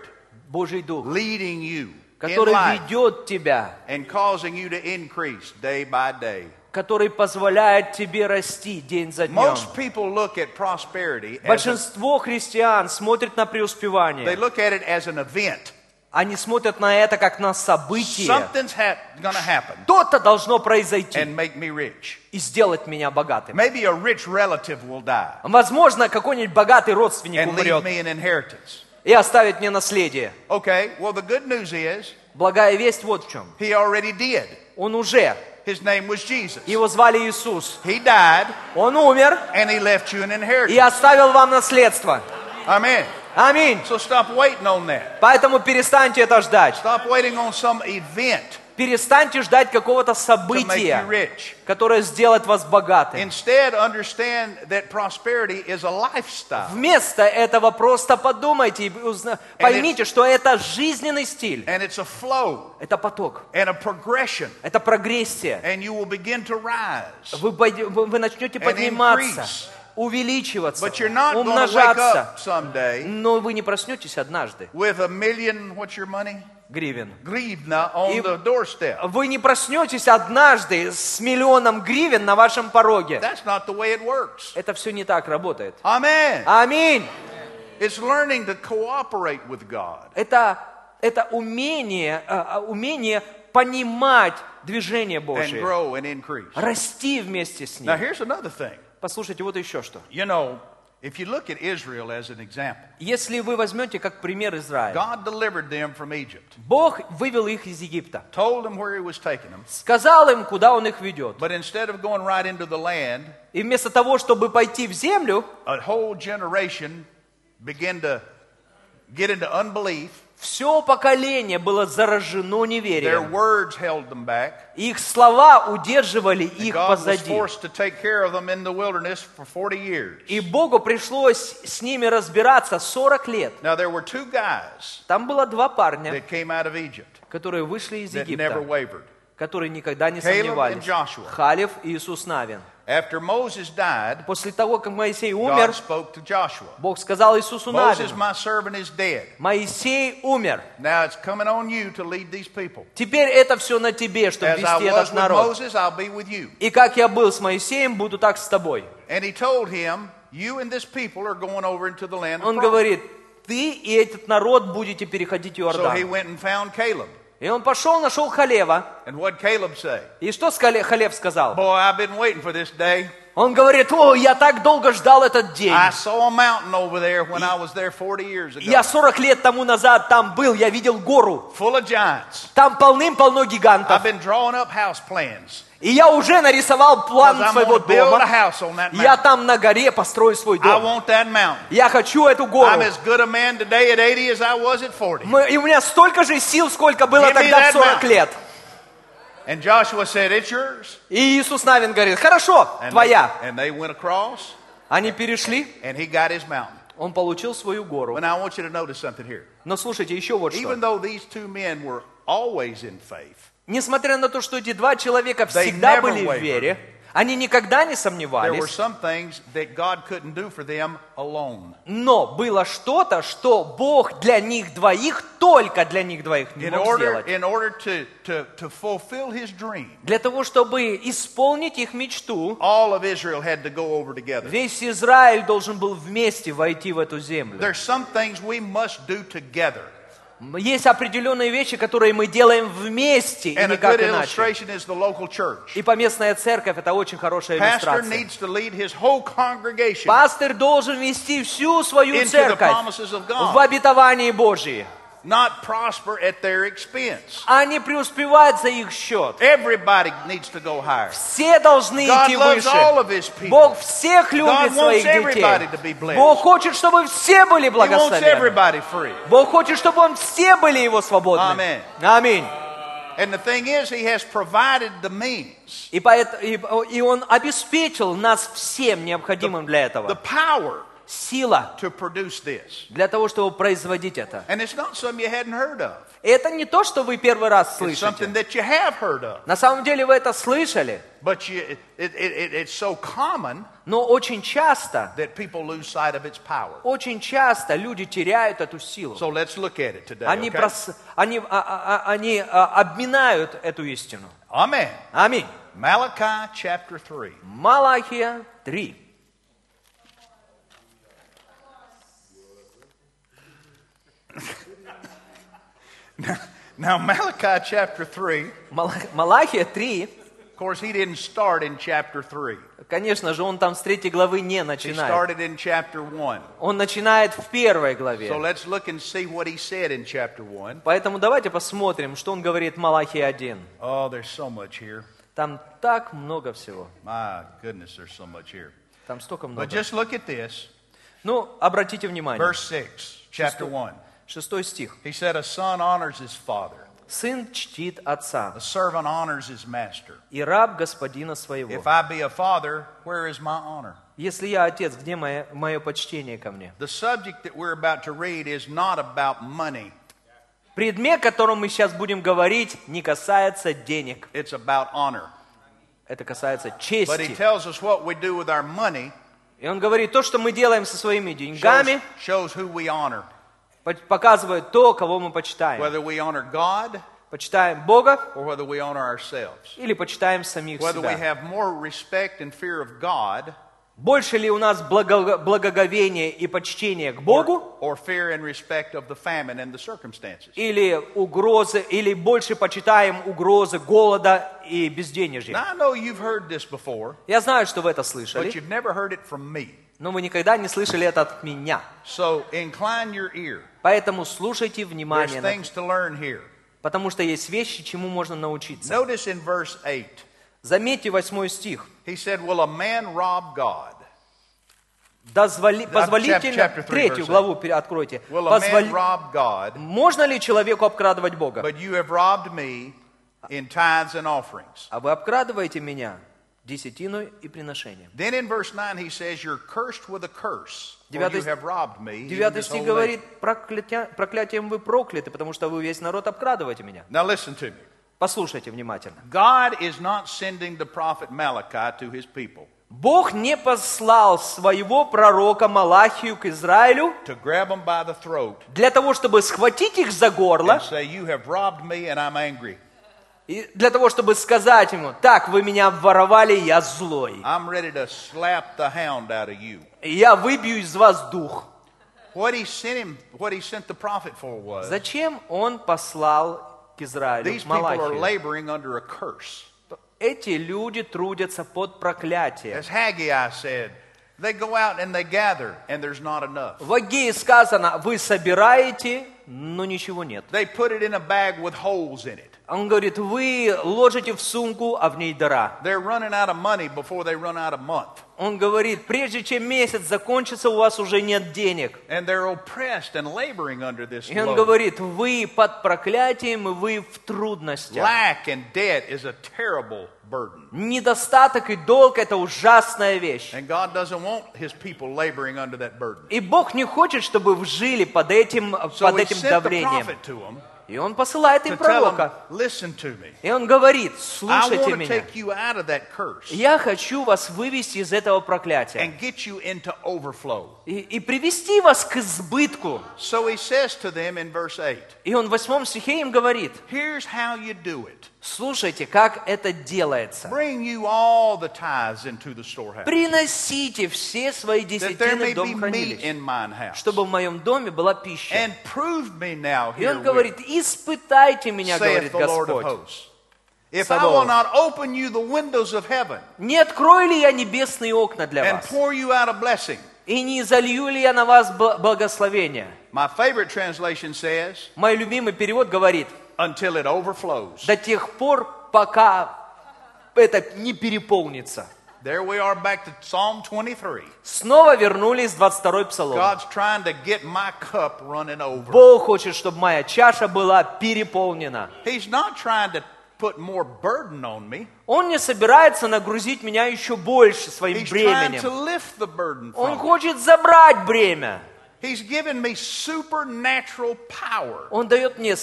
B: Божий Дух,
A: leading you in
B: который
A: life.
B: ведет тебя,
A: and causing you to increase day by day.
B: который позволяет тебе расти день за днем.
A: Most people look at prosperity as a-
B: Большинство христиан смотрят на
A: they
B: преуспевание.
A: look at it as an event.
B: Они смотрят на это как на событие.
A: Something's hap- going to happen
B: Что-то должно произойти
A: and make me rich.
B: и сделать меня богатым.
A: Maybe a rich relative will die
B: Возможно, какой-нибудь богатый родственник
A: and leave
B: умрет
A: me an inheritance.
B: и оставит мне наследие.
A: Okay, well the good news is
B: Благая весть вот в чем.
A: he already did.
B: Он уже,
A: His name was Jesus.
B: его звали Иисус.
A: He died
B: Он умер
A: and he left you an
B: и
A: inheritance.
B: оставил вам наследство.
A: Amen.
B: Аминь.
A: So stop waiting on that.
B: Поэтому перестаньте это ждать.
A: Stop waiting on some event
B: Перестаньте ждать какого-то
A: to make you
B: события,
A: rich.
B: которое сделает вас богатым.
A: Instead, understand that prosperity is a lifestyle
B: Вместо этого просто подумайте и узна- поймите, что это жизненный стиль,
A: and it's a flow
B: это поток,
A: and a progression,
B: это прогрессия.
A: and you will begin to rise.
B: Вы, пойд- вы вы начнете
A: And
B: подниматься,
A: increase.
B: увеличиваться,
A: But you're not going to wake
B: умножаться.
A: up someday
B: Но вы не проснетесь однажды,
A: with a million, what's your money?
B: гривен.
A: Гривна on
B: И-
A: the doorstep.
B: Вы не проснетесь однажды с миллионом гривен на вашем пороге.
A: That's not the way it works.
B: Это все не так работает.
A: Amen.
B: Аминь.
A: It's learning to cooperate with God.
B: Это, это умение, а, а, умение понимать движение
A: and
B: Божие.
A: grow and increase.
B: Расти вместе с
A: Now,
B: ним.
A: here's another thing.
B: Послушайте, вот еще что.
A: You know, if you look at Israel as an example,
B: Если вы возьмете как пример Израиль,
A: God delivered them from Egypt,
B: Бог вывел их из Египта,
A: told them where He was taking them,
B: сказал им, куда Он их ведет.
A: but instead of going right into the land,
B: И вместо того, чтобы пойти в землю,
A: a whole generation began to get into unbelief.
B: все поколение было заражено
A: Their
B: неверием.
A: words held them back.
B: Их слова удерживали
A: And
B: их
A: God was
B: позади.
A: forced to take care of them in the wilderness for 40 years.
B: И Богу пришлось с ними разбираться 40 лет.
A: Now, there were two guys
B: Там было два парня,
A: that came out of Egypt
B: которые вышли из
A: that never
B: Египта,
A: wavered.
B: которые никогда не
A: Caleb and
B: сомневались.
A: Joshua.
B: Халев и Иисус Навин.
A: After Moses died,
B: После того, как Моисей умер,
A: God spoke to Joshua.
B: Бог сказал Иисусу
A: Moses,
B: Навину,
A: my servant, is dead.
B: Моисей умер.
A: Now it's coming on you to lead these people.
B: Теперь это все на тебе, чтобы
A: As I
B: вести
A: was
B: этот
A: with
B: народ.
A: Moses, I'll be with you.
B: И как я был с Моисеем, буду так с тобой.
A: And he told him, You and this people are going over into the land of
B: Он
A: promise.
B: говорит, ты и этот народ будете переходить
A: So he
B: Иордан.
A: went and found Caleb.
B: И он пошел, нашел Халева.
A: And what Caleb say?
B: И что с Хале- Халев сказал?
A: Boy, I've been waiting for this day.
B: Он говорит, о, я так долго ждал этот день.
A: I saw a mountain over there when I was there 40 years ago,
B: Я 40 лет тому назад там был, я видел гору.
A: full of giants.
B: Там полным-полно
A: I've
B: гигантов.
A: been drawing up house plans.
B: И я уже нарисовал
A: 'cause
B: план
A: I'm
B: своего
A: going to build a
B: дома.
A: house on that
B: Я
A: mountain.
B: там на горе построю свой
A: I
B: дом.
A: want that mountain.
B: Я хочу эту гору.
A: I'm as good a man today at 80 as I was at 40.
B: Мы- И у меня столько же сил, сколько было
A: Give me
B: тогда
A: that
B: в 40
A: mountain.
B: лет.
A: And Joshua said, It's yours.
B: И Иисус Навин говорит, хорошо,
A: And
B: твоя.
A: They, and they went across,
B: Они перешли,
A: and he got his mountain.
B: он получил свою гору.
A: But now I want you to notice something here.
B: Но слушайте, еще вот
A: Even
B: что.
A: though these two men were always in faith,
B: Несмотря на то, что эти два человека
A: They
B: всегда
A: never
B: были в
A: wavered.
B: вере, они никогда не
A: there were
B: сомневались,
A: some things that God couldn't do for them alone.
B: Но было что-то, что Бог для них двоих, только для них двоих не
A: In
B: мог
A: order,
B: сделать.
A: in order to, to, to fulfill his dream,
B: Для того, чтобы исполнить их мечту,
A: all of Israel had to go over together.
B: весь Израиль должен был вместе войти в эту землю.
A: There's some things we must do together.
B: Есть определенные вещи, которые мы делаем вместе, и
A: And a
B: никак
A: good
B: иначе.
A: illustration is the local church.
B: И поместная церковь – это очень хорошая
A: Pastor
B: иллюстрация.
A: needs to lead his whole congregation
B: Пастор должен вести всю свою
A: into the
B: церковь
A: promises of
B: в
A: God,
B: обетовании Божьи,
A: not prosper at their expense.
B: а не преуспевать за их счет.
A: Everybody needs to go higher.
B: Все должны
A: God
B: идти
A: loves all
B: выше.
A: of his people.
B: Бог всех любит
A: wants
B: своих
A: everybody to be
B: детей.
A: blessed.
B: Бог хочет, чтобы все были
A: He wants
B: благословены.
A: everybody free.
B: Бог хочет, чтобы он все были его
A: Amen.
B: свободны. Аминь.
A: And the thing is, he has provided the means,
B: И, поэт- и, и он обеспечил нас всем необходимым для
A: the
B: этого.
A: power
B: Сила
A: to produce this.
B: для того, чтобы производить это.
A: And it's not something you hadn't heard of.
B: Это не то, что вы первый раз
A: It's something
B: слышите.
A: that you have heard of.
B: На самом деле вы это слышали,
A: But you, it, it, it, it's so common
B: но очень часто,
A: that people lose sight of its power.
B: очень часто люди теряют эту силу.
A: So let's look at it today.
B: Они,
A: okay?
B: прос- они, а- а- а- они а, обминают эту истину.
A: Amen.
B: Аминь.
A: Malachi chapter 3.
B: Малахия 3.
A: Now, Malachi chapter 3, of
B: Мала- Малахия 3,
A: course, he didn't start in chapter 3,
B: конечно же, он там с третьей главы не
A: he
B: начинает.
A: started in chapter 1.
B: Он начинает в первой
A: So
B: главе.
A: let's look and see what he said in chapter 1.
B: Поэтому давайте посмотрим, что он говорит в Малахии 1.
A: Oh, there's so much here.
B: Там так много всего.
A: My goodness, there's so much here.
B: Там столько
A: But
B: много.
A: just look at this.
B: Ну, обратите внимание,
A: Verse 6, chapter 1.
B: шестой стих.
A: He said, A son honors his father,
B: «Сын чтит отца,
A: a servant honors his master.
B: и раб господина своего.
A: If I be a father, where is my honor?
B: Если я отец, где мое, мое почтение ко мне?»
A: The subject that we're about to read is not about money,
B: Предмет, о котором мы сейчас будем говорить, не касается денег.
A: it's about honor.
B: Это касается
A: But he
B: чести.
A: tells us what we do with our money
B: И он говорит, то, что мы делаем со своими деньгами,
A: shows, shows who we honor,
B: по- показывает то, кого мы почитаем.
A: whether we honor God
B: Почитаем Бога
A: or whether we honor ourselves.
B: или почитаем самих
A: Whether we
B: себя.
A: have more respect and fear of God
B: Больше ли у нас благо- благоговение и почтение к Богу,
A: or fear and respect of the famine and the circumstances.
B: или угрозы, или больше почитаем угрозы голода и безденежья.
A: Now, I know you've heard this before,
B: Я знаю, что вы это
A: but
B: слышали,
A: you've неver heard it from me.
B: но вы никогда не слышали это от меня.
A: So incline your ear.
B: Поэтому слушайте
A: There's
B: внимание, на-
A: things to learn here.
B: потому что есть вещи, чему можно научиться.
A: Notice in verse 8,
B: Заметьте восьмой стих.
A: he said, Will a man rob God?
B: Дозволи- позволительно,
A: chapter three, verse
B: третью
A: eight.
B: главу пере- откройте.
A: Will a
B: Позволи-
A: man rob God?
B: Можно ли человеку обкрадывать Бога?
A: But you have robbed me in tithes and offerings.
B: А вы обкрадываете меня десятиной и приношением.
A: Then in verse 9, he says, You're cursed with a curse. For
B: Девятый
A: you
B: ст-
A: have robbed me. even
B: Девятый
A: this
B: стих
A: whole land."
B: говорит, «Проклятя- проклятием вы прокляты, потому что вы весь народ обкрадываете меня.
A: Now listen to me.
B: Послушайте внимательно.
A: God is not sending the prophet Malachi to his people
B: Бог не послал своего пророка Малахию к Израилю
A: to grab them by the throat
B: для того, чтобы схватить их за горло,
A: and say, You have robbed me and I'm angry.
B: и для того, чтобы сказать ему, так, вы меня обворовали, я злой.
A: I'm ready to slap the hound out of you.
B: И Я выбью из вас дух.
A: What he sent him, what he sent the prophet for was
B: Зачем он послал к Израилю
A: these people are
B: Малахию?
A: laboring under a curse.
B: Эти люди трудятся под проклятием.
A: As Haggai said, they go out and they gather and there's not enough.
B: В Агее сказано, вы собираете, но ничего нет.
A: They put it in a bag with holes in it.
B: Он говорит, вы ложите в сумку, а в ней дыра.
A: They're running out of money before they run out of month.
B: Он говорит, прежде чем месяц закончится, у вас уже нет денег.
A: And they're oppressed and laboring under this
B: И он
A: load.
B: говорит, вы под проклятием, и вы в трудностях.
A: Lack and debt is a terrible burden.
B: Недостаток и долг – это ужасная вещь.
A: And God doesn't want his people laboring under that burden.
B: И Бог не хочет, чтобы вы жили под этим,
A: So
B: под
A: he
B: этим
A: sent the
B: давлением.
A: prophet to them
B: И он посылает
A: to
B: им
A: tell them,
B: пророка.
A: listen to me.
B: И он говорит,
A: I
B: слушайте
A: want to
B: меня.
A: take you out of that curse
B: Я хочу вас вывести из этого проклятия
A: and get you into overflow.
B: и, и привести вас к избытку.
A: So he says to them in verse 8,
B: И он в восьмом стихе им говорит,
A: Here's how you do it.
B: слушайте, как это делается.
A: Bring you all the tithes into the storehouse,
B: Приносите все свои
A: that there
B: десятины
A: may
B: в
A: be
B: дом
A: meat
B: хранилища,
A: in mine house.
B: чтобы в моем доме была пища.
A: And prove me now
B: И он
A: here,
B: говорит, испытайте меня,
A: saith
B: говорит
A: the Lord of
B: Господь.
A: hosts. If I
B: Sabaoth.
A: will not open you the windows of heaven
B: Не открою ли я небесные окна для
A: and
B: вас?
A: pour you out a blessing.
B: И не изолью ли я на вас бл- благословение?
A: My favorite translation says,
B: Мой любимый перевод говорит,
A: until it overflows.
B: до тех пор, пока это не переполнится.
A: There we are back to Psalm 23.
B: Снова вернулись 22-й псалом.
A: God's trying to get my cup running over.
B: Бог хочет, чтобы моя чаша была переполнена.
A: He's not trying to put more burden on me.
B: Он не собирается нагрузить меня еще больше своим
A: He's trying to
B: бременем.
A: lift the burden
B: Он
A: from me.
B: хочет забрать бремя.
A: He's given me supernatural power
B: Он дает мне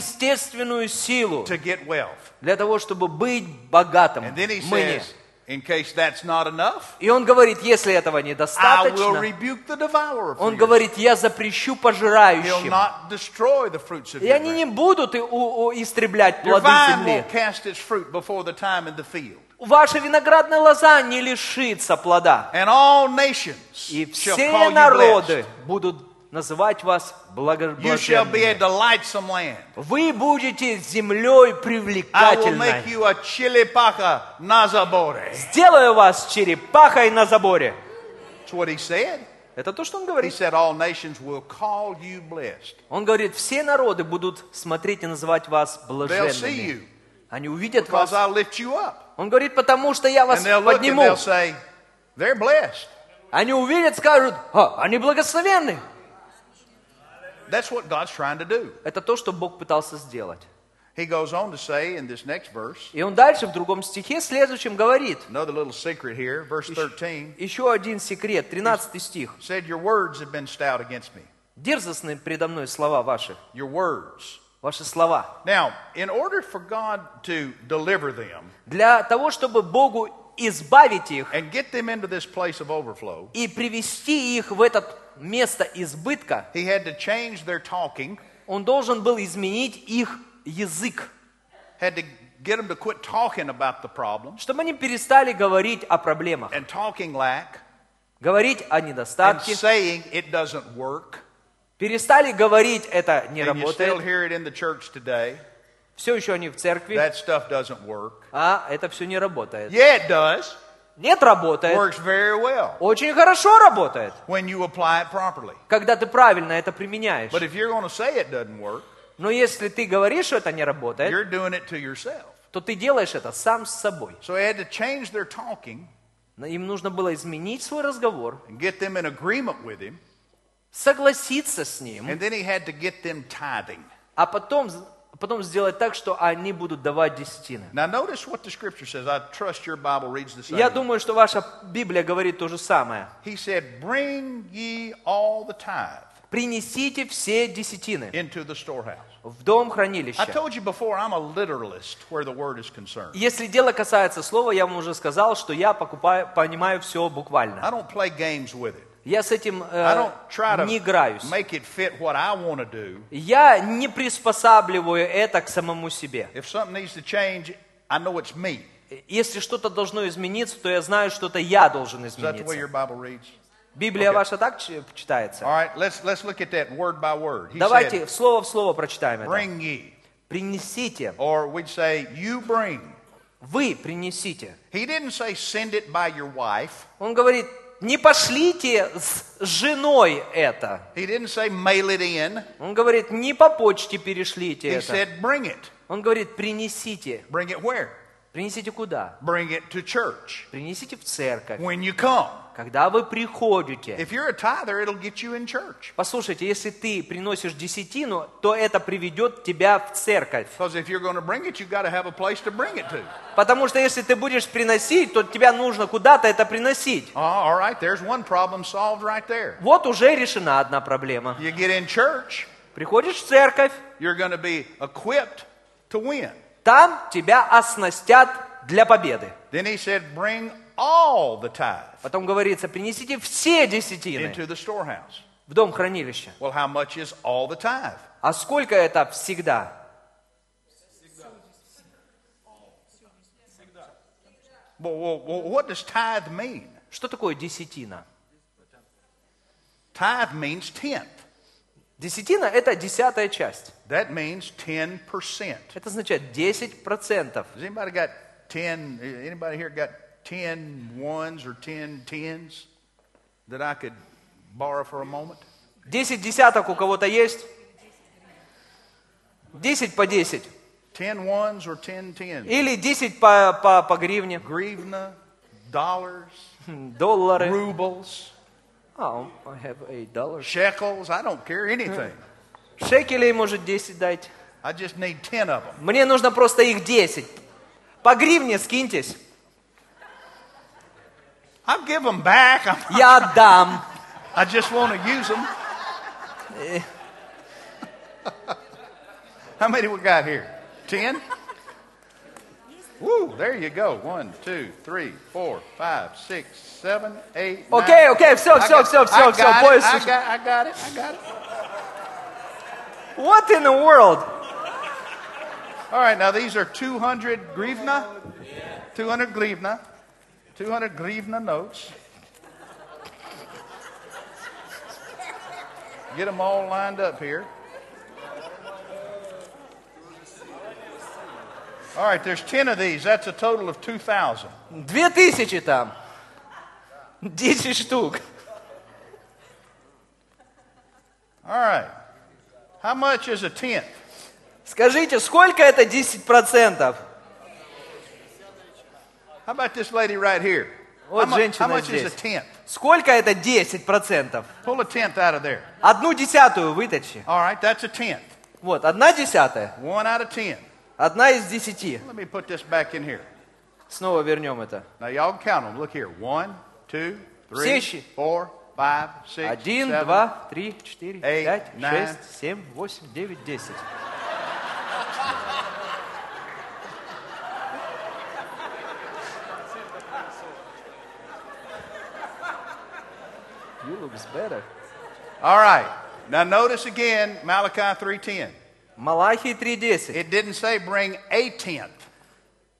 B: сверхъестественную силу
A: to get wealth.
B: для того, чтобы быть богатым.
A: And then he
B: Мне.
A: says, in case that's not enough,
B: И он говорит, если этого
A: I will
B: недостаточно,
A: rebuke the devourer. For
B: он
A: you.
B: говорит, я запрещу
A: He'll
B: пожирающим.
A: not destroy the fruits of
B: И
A: your
B: они не
A: ground.
B: будут и- у- у- истреблять
A: Your
B: плоды
A: vine
B: земли.
A: won't cast its fruit before the time in the field.
B: Ваша виноградная лоза не лишится плода.
A: And all nations
B: И
A: shall
B: все
A: call you blessed.
B: народы будут называть вас благо-
A: You shall be a
B: блаженными.
A: delightsome land.
B: Вы будете
A: I
B: землей
A: will make
B: привлекательной.
A: you a chilipaca nazabore.
B: Сделаю вас черепахой на заборе.
A: That's what he said.
B: Это то, что он
A: He
B: говорит.
A: said, All nations will call you blessed.
B: Он говорит, все народы будут смотреть и называть вас
A: see you.
B: блаженными. Они увидят
A: Because
B: вас.
A: I lift you up.
B: Он говорит, потому что я вас
A: And they'll look and
B: подниму.
A: they'll say, They're blessed.
B: Они увидят, скажут, «А, они благословенны.
A: That's what God's trying to do.
B: Это то, что Бог пытался сделать.
A: He goes on to say in this next verse,
B: И он дальше в другом стихе следующем говорит,
A: another little secret here, verse 13,
B: еще один секрет, 13 стих.
A: said, Your words have been stout against me.
B: Дерзостны предо мной слова ваши,
A: Your words.
B: ваши слова.
A: Now, in order for God to deliver them
B: Для того, чтобы Богу избавить их
A: and get them into this place of overflow,
B: и привести их в это место избытка,
A: He had to change their talking,
B: он должен был изменить их язык,
A: had to get them to quit talking about the problems
B: чтобы они перестали говорить о проблемах,
A: and talking lack
B: говорить о
A: and
B: недостатке,
A: saying it doesn't work.
B: перестали говорить «это не
A: And you still
B: работает»,
A: hear it in the church today.
B: все еще они в церкви,
A: That stuff doesn't work.
B: а это все не работает.
A: Yeah, it does.
B: Нет, работает.
A: Works very well
B: Очень хорошо работает,
A: when you apply it properly.
B: когда ты правильно это применяешь.
A: But if you're going to say it doesn't work,
B: Но если ты говоришь, что это не работает,
A: you're doing it to yourself.
B: то ты делаешь это сам с собой.
A: So he had to change their talking
B: Но Им нужно было изменить свой разговор,
A: and get them in agreement with him,
B: согласиться с ним,
A: and then he had to get them tithing.
B: а потом, потом сделать так, что они будут давать десятины.
A: Now, notice what the scripture says. I trust your Bible reads the same.
B: Я думаю, что ваша Библия говорит то же самое.
A: He said, Bring ye all the tithe
B: Принесите все десятины
A: into the storehouse.
B: в дом
A: I
B: хранилища.
A: told you before, I'm a literalist where the word is concerned.
B: Если дело касается слова, я вам уже сказал, что я покупаю, понимаю все
A: I
B: буквально.
A: don't play games with it.
B: Я с этим э,
A: I don't try to
B: не играюсь.
A: make it fit what I want to do.
B: Я не приспосабливаю это к самому себе.
A: If something needs to change, I know it's me.
B: Если что-то должно измениться, то я знаю, что это я должен
A: Is that the way your
B: измениться.
A: Bible reads?
B: Библия
A: Okay.
B: ваша так чи-
A: All
B: читается?
A: right, let's let's look at that word by word. He
B: Давайте
A: said,
B: слово в слово прочитаем это.
A: "Bring ye,"
B: Принесите.
A: or we'd say, "You bring."
B: Вы принесите.
A: He didn't say, "Send it by your wife."
B: Он говорит, не пошлите с женой это.
A: He didn't say, "Mail it in."
B: Он говорит, не по почте перешлите
A: He
B: это.
A: said, "Bring it."
B: Он говорит, принесите.
A: Bring it where?
B: Принесите куда?
A: Bring it to church
B: Принесите в церковь.
A: when you come.
B: Когда вы приходите.
A: If you're a tither, it'll get you in church.
B: Послушайте, если ты приносишь десятину, то это приведет тебя в церковь.
A: Because if you're going to bring it, you've got to have a place to bring it to. Uh-huh,
B: Потому что если ты будешь приносить, то тебя нужно куда-то это приносить.
A: Ah, all right, there's one problem solved right there.
B: Вот уже решена одна проблема.
A: You get in church,
B: Приходишь в церковь,
A: you're going to be equipped to win.
B: там тебя оснастят для победы.
A: Then he said, Bring all the tithe
B: Потом говорится, принесите все десятины
A: into the storehouse.
B: в дом хранилища.
A: Well, how much is all the tithe?
B: А сколько это всегда?
A: Well, well, well, what does tithe mean?
B: Что такое десятина?
A: Tithe means tenth.
B: Десятина – это десятая часть.
A: That means 10%.
B: Это означает 10%.
A: Has anybody got 10? Anybody here got 10 ones or 10 tens that I could borrow for a moment?
B: 10 десяток у кого-то есть? 10 по 10.
A: 10 ones or 10 tens?
B: Или 10 по, по, по гривне,
A: Grivna, dollars,
B: доллары.
A: rubles,
B: Oh, I have eight dollars.
A: shekels, I don't care anything.
B: Шекелей, может, 10 дать.
A: I just need 10 of them.
B: Мне нужно просто их 10. По гривне скиньтесь.
A: I'll give them back. I'm-
B: Я отдам.
A: I just want to use them. How many we got here? 10? Woo, there you go. One, two, three, four, five, six, seven, eight. nine.
B: Окей, окей, все,
A: I
B: все,
A: got-
B: все,
A: I
B: все, все,
A: got it,
B: поезд.
A: I
B: уш-
A: got, I got it, I got it.
B: What in the world?
A: All right, now these are 200 grivna, 200 grivna, 200 grivna notes. Get them all lined up here. All right, there's 10 of these. That's a total of 2,000.
B: Две тысячи там. 10 штук.
A: All right. How much is a tenth?
B: Скажите, сколько это 10%?
A: How about this lady right here? how,
B: Вот
A: mu- how
B: женщина
A: much is a
B: здесь.
A: tenth?
B: Сколько это 10%?
A: Pull a tenth out of there.
B: Одну десятую вытащи.
A: All right, that's a tenth.
B: Вот, одна десятая.
A: One out of ten.
B: Одна из десяти.
A: Let me put this back in here.
B: Снова вернем это.
A: Now y'all can count them. Look here. One, two, three,
B: Все еще.
A: four, five, six,
B: Один,
A: seven.
B: два, три, четыре,
A: eight,
B: пять,
A: nine.
B: шесть, семь, восемь, девять, десять. You looks better.
A: All right. Now notice again Malachi three ten.
B: Малахий 3.10.
A: It didn't say bring a tenth.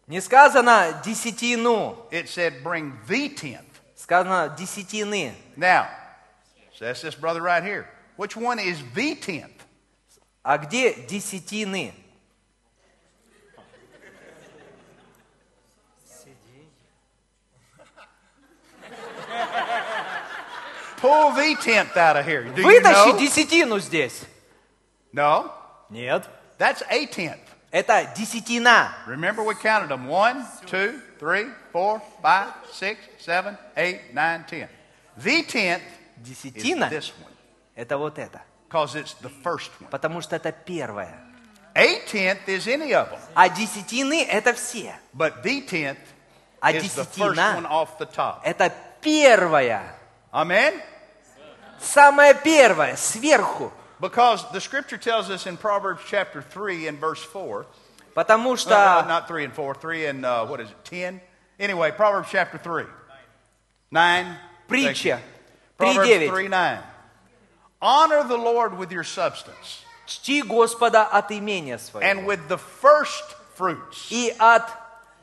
B: Не сказано десятину,
A: It said bring the tenth.
B: сказано десятины.
A: Now, so that's this brother right here. Which one is the tenth?
B: А где десятины?
A: Pull the tenth out of here. Do you
B: Вытащи
A: know?
B: десятину здесь.
A: No,
B: Нет.
A: that's a tenth.
B: Это десятина.
A: Remember, we counted them. One, two, three, four, five, six, seven, eight, nine, ten. The tenth is
B: Десятина
A: this one
B: это вот это.
A: because it's the first one.
B: Потому что это первое.
A: A tenth is any of them,
B: А десятины это все.
A: but the tenth
B: А
A: is the first one
B: десятина
A: off the top.
B: это первая.
A: Amen?
B: Самое первое, сверху.
A: Because the scripture tells us in Proverbs chapter 3 and verse 4,
B: Потому
A: no, no,
B: что
A: not 3 and 4, 3 and uh, what is it, 10? Anyway, Proverbs chapter 3, 9. Thank you.
B: притча
A: Proverbs
B: 3.9.
A: 3 9. Honor the Lord with your substance
B: Чти Господа от имения
A: and
B: своего.
A: with the first fruits.
B: И от,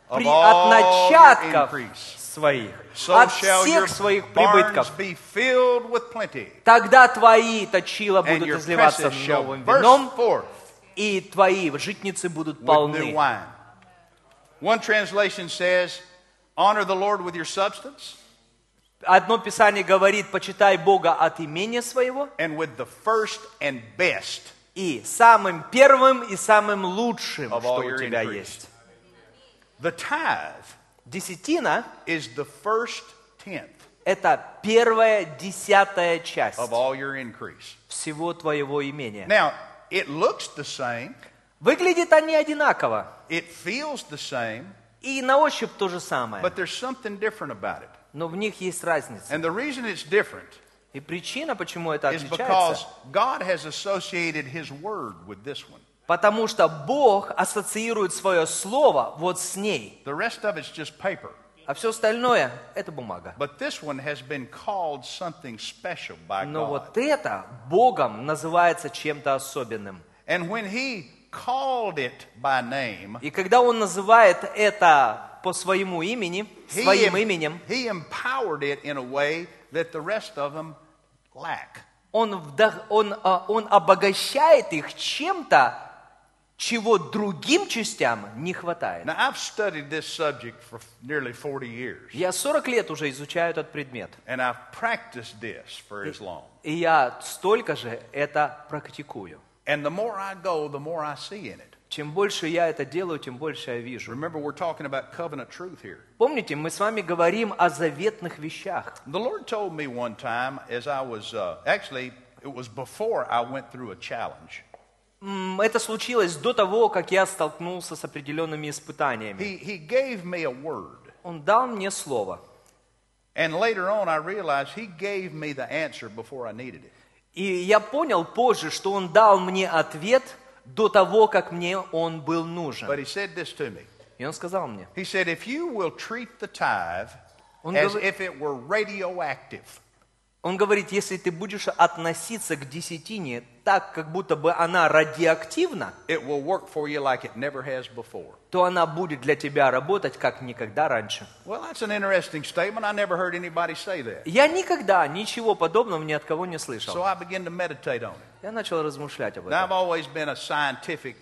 A: Of
B: при-
A: all
B: от начатков
A: your increase.
B: своих.
A: So
B: От
A: shall your
B: всех своих
A: barns
B: прибытков.
A: be filled with plenty,
B: Тогда твои точила
A: and
B: будут
A: your
B: изливаться
A: presses shall
B: новым
A: burst
B: вином,
A: forth
B: и твои житницы будут
A: with new
B: полны.
A: wine. One translation says, "Honor the Lord with your substance
B: Одно Писание говорит, почитай Бога от имения своего,
A: and with the first and best
B: и самым первым и самым лучшим,
A: Of
B: что
A: all
B: у
A: your
B: тебя
A: increase.
B: есть.
A: The tithe
B: Десятина
A: is the first tenth
B: – это первая десятая часть
A: of all your increase.
B: всего твоего имения.
A: Now, it looks the same,
B: Выглядят они одинаково,
A: it feels the same,
B: и на ощупь то же самое,
A: but there's something different about it.
B: но в них есть разница.
A: And the reason it's different
B: И причина, почему это
A: is because
B: отличается,
A: God has associated His Word with this one.
B: потому что Бог ассоциирует свое слово вот с ней,
A: The rest of it's just paper,
B: а все остальное – это бумага.
A: but this one has been called something special by
B: Но
A: God.
B: вот это Богом называется чем-то особенным.
A: And when He called it by name,
B: И когда он называет это по своему имени,
A: He,
B: своим
A: em-
B: именем,
A: he empowered it in a way that the rest of them lack.
B: он, вдох- он, а, он обогащает их чем-то, чего другим частям не хватает.
A: Now, I've studied this subject for nearly 40 years,
B: Я 40 лет уже изучаю этот предмет,
A: and I've practiced this for as long.
B: и я столько же это практикую.
A: And the more I go, the more I see in it.
B: Чем больше я это делаю, тем больше я вижу.
A: Remember, we're talking about covenant truth here.
B: Помните, мы с вами говорим о заветных вещах.
A: The Lord told me one time as I was, uh, actually, it was before I went through a challenge.
B: М, Это случилось до того, как я столкнулся с определенными испытаниями.
A: He, he gave me a word.
B: Он дал мне слово.
A: And later on, I realized He gave me the answer before I needed it.
B: И я понял позже, что он дал мне ответ до того, как мне он был
A: But
B: нужен.
A: He said this to me
B: И он сказал мне,
A: He said, if you will treat the tithe
B: Он
A: as
B: говорит-
A: if it were radioactive,
B: он говорит, если ты будешь относиться к десятине так, как будто бы она радиоактивна,
A: it will work for you like it never has before.
B: то она будет для тебя работать как никогда раньше.
A: Well, that's an interesting statement. I never heard anybody say that.
B: Я никогда ничего подобного ни от кого не
A: So
B: слышал.
A: I began to meditate on it.
B: Я начал размышлять об
A: Now, I've
B: этом.
A: always been a scientific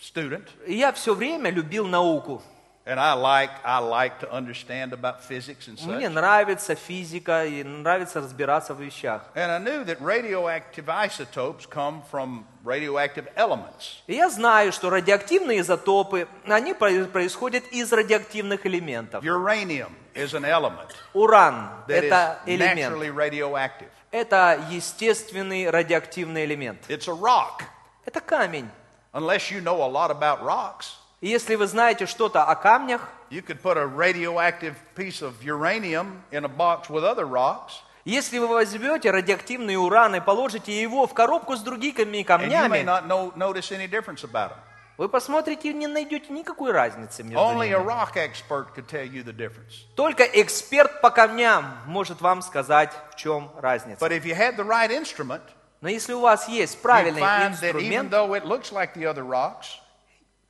A: student,
B: И Я все время любил науку.
A: And I like, I like to understand about physics and such.
B: Мне нравится физика и нравится разбираться в вещах.
A: And I knew that radioactive isotopes come from radioactive elements.
B: И я знаю, что радиоактивные изотопы, они про- происходят из радиоактивных элементов.
A: Uranium is an element
B: Уран –
A: that is
B: это элемент.
A: naturally radioactive.
B: Это естественный радиоактивный элемент.
A: It's a rock.
B: Это камень.
A: Unless you know a lot about rocks,
B: И если вы знаете что-то о камнях,
A: you could put a radioactive piece of uranium in a box with other rocks,
B: если вы возьмете радиоактивный уран и положите его в коробку с другими
A: and you may
B: камнями,
A: not know, notice any difference about them.
B: вы посмотрите и не найдете никакой разницы между
A: Only a
B: ними.
A: rock expert could tell you the difference.
B: Только эксперт по камням может вам сказать, в чем разница.
A: But if you had the right instrument,
B: Но если у вас есть
A: you'd
B: правильный
A: find that even
B: инструмент,
A: though it looks like the other rocks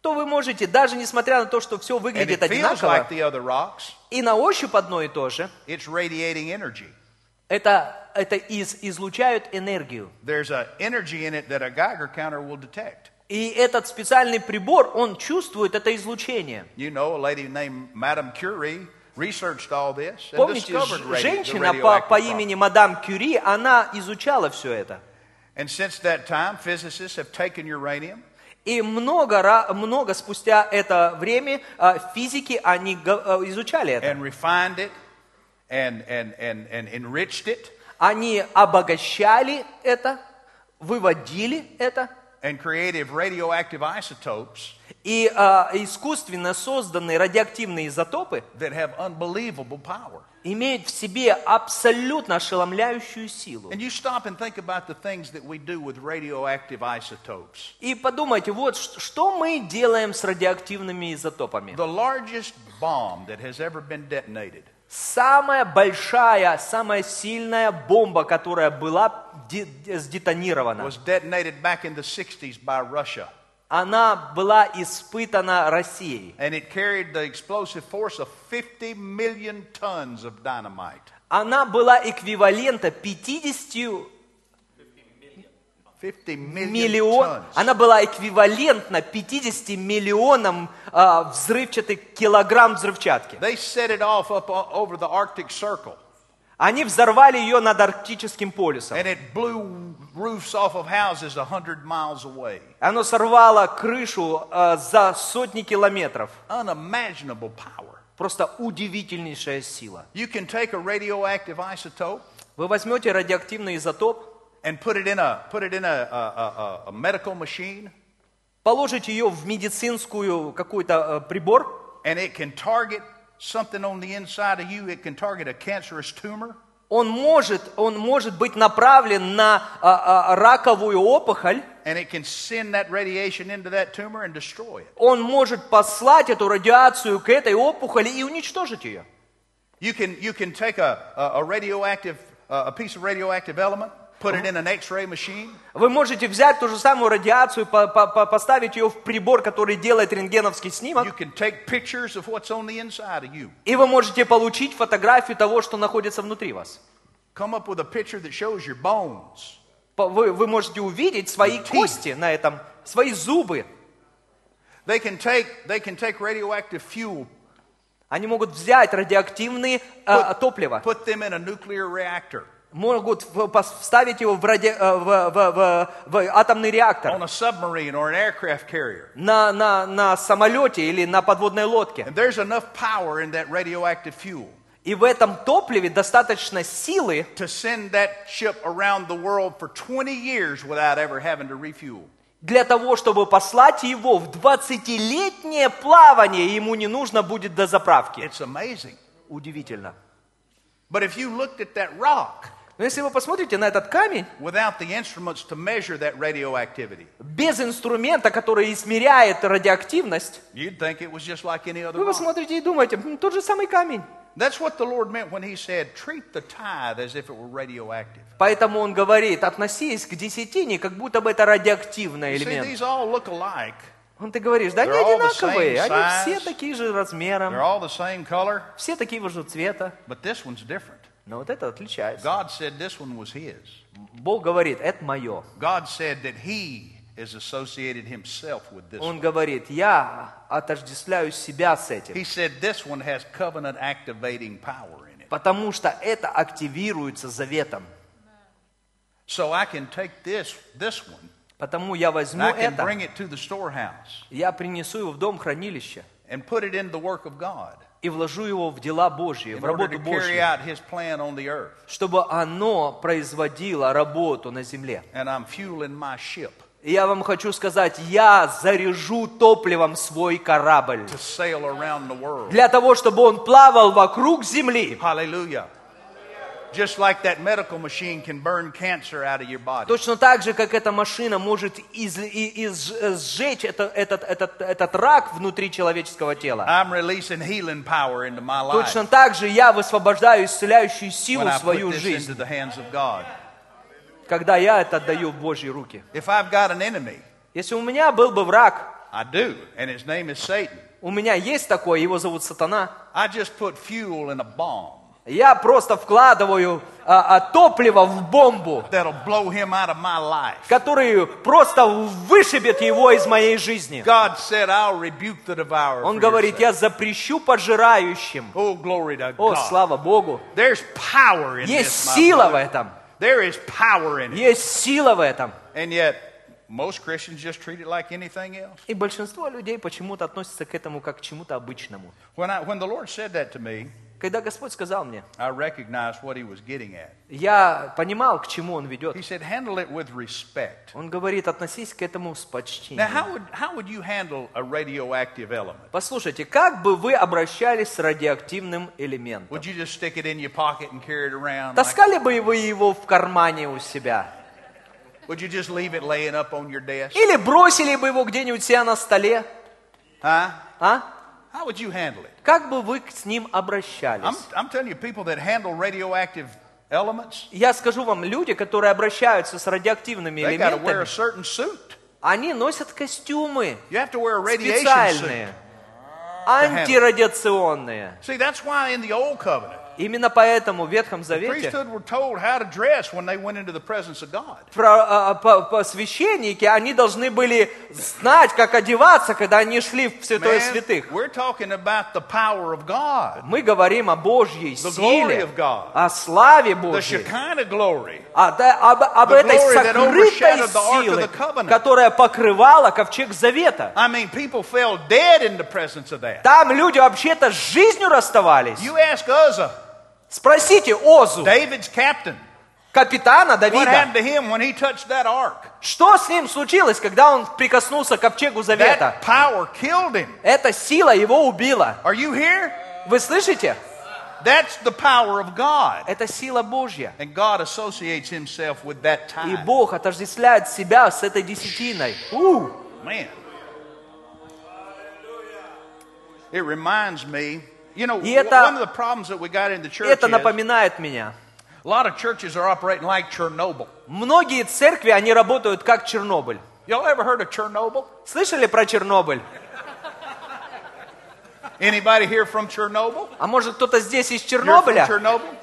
B: то вы можете, даже несмотря на то, что все
A: and it
B: выглядит
A: feels like
B: одинаково,
A: the other rocks,
B: и на ощупь одно и то же,
A: it's radiating energy.
B: это, это из, излучают энергию.
A: There's an energy in it that a Geiger counter will detect.
B: И этот специальный прибор, он чувствует это излучение.
A: You know, a lady named Madame Curie researched all this and
B: Помните,
A: discovered
B: ж-
A: radi- the
B: женщина по, по
A: radioactive
B: имени
A: problem.
B: мадам Кюри, она изучала все это.
A: And since that time, physicists have taken uranium
B: И много, ра- много спустя это время а, физики, они го- а, изучали это.
A: and refined it and, and, and, and enriched it
B: Они обогащали это, выводили это,
A: and created radioactive isotopes
B: и а, искусственно созданные радиоактивные изотопы
A: that have unbelievable power.
B: имеют в себе абсолютно ошеломляющую силу.
A: And you stop and think about the things that we do with radioactive isotopes.
B: И подумайте, вот ш- что мы делаем с радиоактивными изотопами.
A: The largest bomb that has ever been detonated
B: Самая большая, самая сильная бомба, которая была де- де- сдетонирована,
A: was detonated back in the 60s by Russia.
B: она была испытана Россией.
A: And it carried the explosive force of 50 million tons of dynamite.
B: Она была эквивалента 50
A: 50 million
B: миллион,
A: tons.
B: она была эквивалентна 50 миллионам а, взрывчатых килограмм взрывчатки.
A: They set it off up o- over the Arctic Circle.
B: Они взорвали ее над Арктическим полюсом.
A: And it blew roofs off of houses 100 miles away.
B: Оно сорвало крышу а, за сотни километров.
A: Unimaginable power.
B: Просто удивительнейшая сила.
A: You can take a radioactive isotope
B: Вы возьмете радиоактивный изотоп,
A: and put it in a, put it in a, a, a, a medical machine,
B: положите ее в медицинскую какой-то э, прибор,
A: and it can target something on the inside of you. It can target a cancerous tumor.
B: он может, он может быть направлен на а, а, раковую опухоль,
A: and it can send that radiation into that tumor and destroy it.
B: он может послать эту радиацию к этой опухоли и уничтожить ее.
A: You can, you can take a, a, a radioactive, uh, a piece of radioactive element, put it in an X-ray machine,
B: Вы можете взять ту же самую радиацию, по- по- по- поставить ее в прибор, который делает рентгеновский
A: you
B: снимок,
A: can take pictures of what's on the inside of you,
B: и вы можете получить фотографию того, что находится внутри вас.
A: come up with a picture that shows your bones,
B: По- Вы, вы можете увидеть свои
A: Teeth.
B: кости на этом, свои зубы.
A: They can take, they can take radioactive fuel,
B: Они могут взять радиоактивные а, топлива,
A: put them in a nuclear reactor
B: могут в- пос- вставить его в, ради- а, в- в- в- в атомный реактор,
A: on a submarine or an aircraft carrier.
B: на, на, на самолете или на подводной лодке.
A: And there's enough power in that radioactive fuel
B: И в этом топливе достаточно силы,
A: to send that ship around the world for 20 years without ever having to refuel.
B: для того, чтобы послать его в 20-летнее плавание, и ему не нужно будет до заправки.
A: It's amazing.
B: Удивительно.
A: But if you looked at that rock
B: Но если вы посмотрите на этот камень,
A: without the instruments to measure that radioactivity,
B: без инструмента, который измеряет радиоактивность,
A: you'd think it was just like any other
B: вы
A: rock.
B: посмотрите и думаете, «М, тот же самый камень.
A: That's what the Lord meant when He said, treat the tithe as if it were radioactive.
B: Поэтому он говорит, относись к десятине, как будто бы это радиоактивный
A: You see,
B: элемент.
A: these all look alike.
B: Он ты говоришь, да они
A: They're all the same
B: одинаковые,
A: size.
B: они все такие же
A: They're
B: размером,
A: all the same color,
B: все такие же цвета.
A: but this one's different.
B: Но вот это отличается.
A: God said this one was His.
B: Бог говорит, это мое.
A: God said that He has associated himself with this.
B: Он говорит, я отождествляю себя с этим,
A: He said this one has covenant activating power in it.
B: потому что это активируется заветом.
A: So I can take this this one
B: Потому я
A: and
B: возьму
A: I can
B: это,
A: bring it to the storehouse
B: я принесу его в дом хранилища
A: and put it in the work of God
B: и вложу его в дела Божьи,
A: in
B: в
A: order to
B: работу
A: carry
B: Божью,
A: out his plan on the earth.
B: чтобы оно производило работу на земле.
A: And I'm fueling my ship
B: И я вам хочу сказать, я заряжу топливом свой корабль
A: to sail around the world.
B: для того, чтобы он плавал вокруг земли.
A: Hallelujah. Just like that medical machine can burn cancer out of your body.
B: Точно так же, как эта машина может из- и- из- э, сжечь это- этот, этот, этот рак внутри человеческого тела.
A: I'm releasing healing power into my life
B: Точно так же я высвобождаю исцеляющую силу
A: when I put
B: в свою
A: this into
B: жизнь,
A: the hands of God.
B: когда я это отдаю в Божьи руки.
A: If I've got an enemy,
B: Если у меня был бы враг,
A: I do, and his name is Satan.
B: у меня есть такой, его зовут Сатана,
A: I just put fuel in a bomb
B: я просто вкладываю а, а, топливо в бомбу,
A: that'll blow him out of my life.
B: который просто вышибет его из моей жизни.
A: God said, I'll rebuke the devourer.
B: Он
A: for your
B: говорит,
A: sake."
B: я запрещу пожирающим.
A: Oh, glory to
B: О,
A: God.
B: слава Богу!
A: There's power in
B: Есть
A: this. my
B: сила в
A: brother.
B: этом.
A: There is power in it.
B: Есть сила в этом.
A: And yet, most Christians just treat it like anything else.
B: И большинство людей почему-то относятся к этому как к чему-то обычному.
A: When, I, when the Lord said that to me,
B: Когда Господь сказал мне,
A: I recognized what he was getting at.
B: я понимал, к чему Он ведет.
A: He said, handle it with respect.
B: Он говорит, относись к этому с
A: Now,
B: почтением.
A: how would, how would you handle a radioactive element?
B: Послушайте, как бы вы обращались с радиоактивным элементом?
A: Would you just stick it in your pocket and carry it around? like-
B: Таскали бы вы его в кармане у себя?
A: would you just leave it laying up on your desk?
B: Или бросили бы его где-нибудь у себя на столе?
A: Huh?
B: А?
A: How would you handle it?
B: Как бы вы к- с ним
A: I'm,
B: обращались?
A: I'm telling you, people that handle radioactive elements,
B: Я скажу вам, люди, которые обращаются с радиоактивными
A: they got to wear a
B: элементами,
A: certain suit.
B: они носят костюмы.
A: You have to wear a radiation suit.
B: специальные, антирадиационные.
A: See, that's why in the Old Covenant,
B: Именно поэтому в Ветхом Завете
A: priesthood were told how to dress when they went into the presence of God.
B: про- а, по- по- священники, они должны были знать, как одеваться, когда они шли в святое
A: Man,
B: святых.
A: We're talking about the power of God,
B: Мы говорим о Божьей
A: the glory
B: силе,
A: of God,
B: о славе
A: the
B: Божьей,
A: Shekinah glory.
B: о да- об, об
A: the
B: этой
A: glory that
B: сокрытой
A: overshadowed the Ark of
B: силе,
A: the Covenant.
B: которая покрывала ковчег Завета.
A: I mean, people fell dead in the presence of that.
B: Там люди вообще-то с жизнью расставались.
A: You ask Uzzah,
B: Спросите Озу,
A: David's captain,
B: капитана
A: what
B: Давида,
A: happened to him when he touched that ark?
B: Что с ним случилось, когда он прикоснулся к ковчегу
A: That
B: завета?
A: power killed him.
B: Эта сила его убила.
A: Are you here?
B: Вы слышите?
A: That's the power of God.
B: Это сила Божья.
A: And God associates himself with that
B: И
A: time.
B: Бог отождествляет себя с этой десятиной. У!
A: Man. It reminds me, you know,
B: И это-
A: one of the problems that we got in the church
B: Это
A: is a
B: напоминает меня.
A: lot of churches are operating like Chernobyl.
B: Многие церкви, они работают как Чернобыль.
A: Y'all ever heard of Chernobyl?
B: Слышали про Чернобыль?
A: Anybody here from Chernobyl?
B: А может кто-то здесь из
A: You're from
B: Чернобыля?
A: Chernobyl?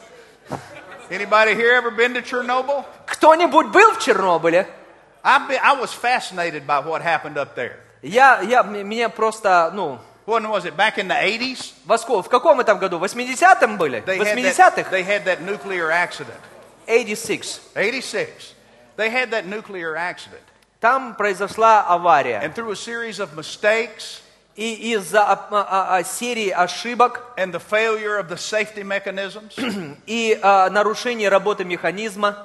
A: Anybody here ever been to Chernobyl?
B: Кто-нибудь был в Чернобыле?
A: I've been, I was fascinated by what happened up there.
B: Я, я, м- меня просто, ну,
A: When was it? Back in the 80s?
B: во ско- в каком это году? В 80-м были? В
A: They had, that,
B: 80-х?
A: they had that nuclear accident.
B: 86.
A: 86. They had that nuclear accident.
B: Там произошла авария.
A: And through a series of mistakes
B: И из-за а, а, а, серии ошибок
A: and the failure of the safety mechanisms,
B: и а, нарушения работы механизма,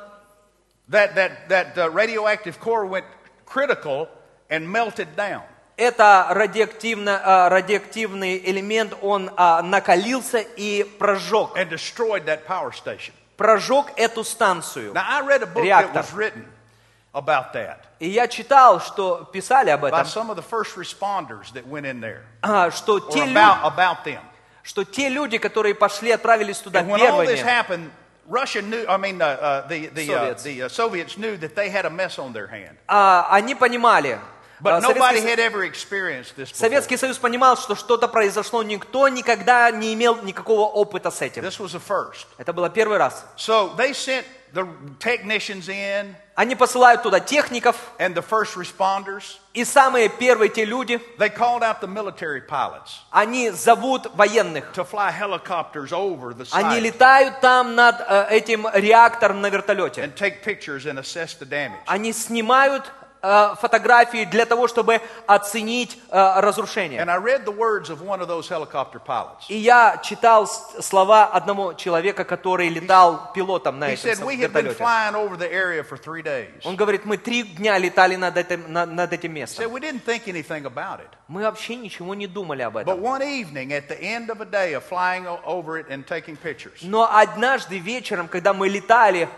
A: that, that, that uh, radioactive core went critical and melted down.
B: это радиоактивно, а, радиоактивный элемент, он а, накалился и прожег,
A: and destroyed that power station.
B: прожег эту станцию.
A: Now, I read a book that
B: Reactor.
A: was written about that
B: И я читал, что писали об
A: by
B: этом,
A: some of the first responders that went in there,
B: а, что,
A: or
B: те лю-
A: about, about them.
B: что те люди, которые пошли, отправились туда
A: And when all this
B: первыми,
A: happened, Russia knew, I mean, uh, uh, the, the, uh,
B: Soviets.
A: the uh, Soviets knew that they had a mess on their hand.
B: а, они понимали, а,
A: But nobody
B: Советский Со-
A: had ever experienced this before.
B: Советский Союз понимал, что что-то произошло, никто никогда не имел никакого опыта с этим.
A: This was the first.
B: Это было первый раз.
A: So they sent the technicians in
B: Они посылают туда техников,
A: and the first responders.
B: и самые первые те люди,
A: They called out the military pilots
B: они зовут военных.
A: to fly helicopters over the
B: Они
A: site
B: летают там над э, этим реактором на вертолете.
A: and take pictures and assess the damage.
B: Они снимают э, фотографии для того, чтобы оценить э, разрушение.
A: And I read the words of one of those helicopter pilots.
B: И я читал с- слова одного человека, который летал пилотом на
A: He
B: этом
A: said,
B: сам-
A: We had been
B: вертолете.
A: flying over the area for three days. He
B: Он говорит, мы три дня летали над этим, на- над этим местом.
A: said, We didn't think anything about it.
B: Мы вообще ничего не думали об
A: But
B: этом.
A: one evening, at the end of a day of flying o- over it and taking pictures,
B: Но однажды вечером, когда мы летали,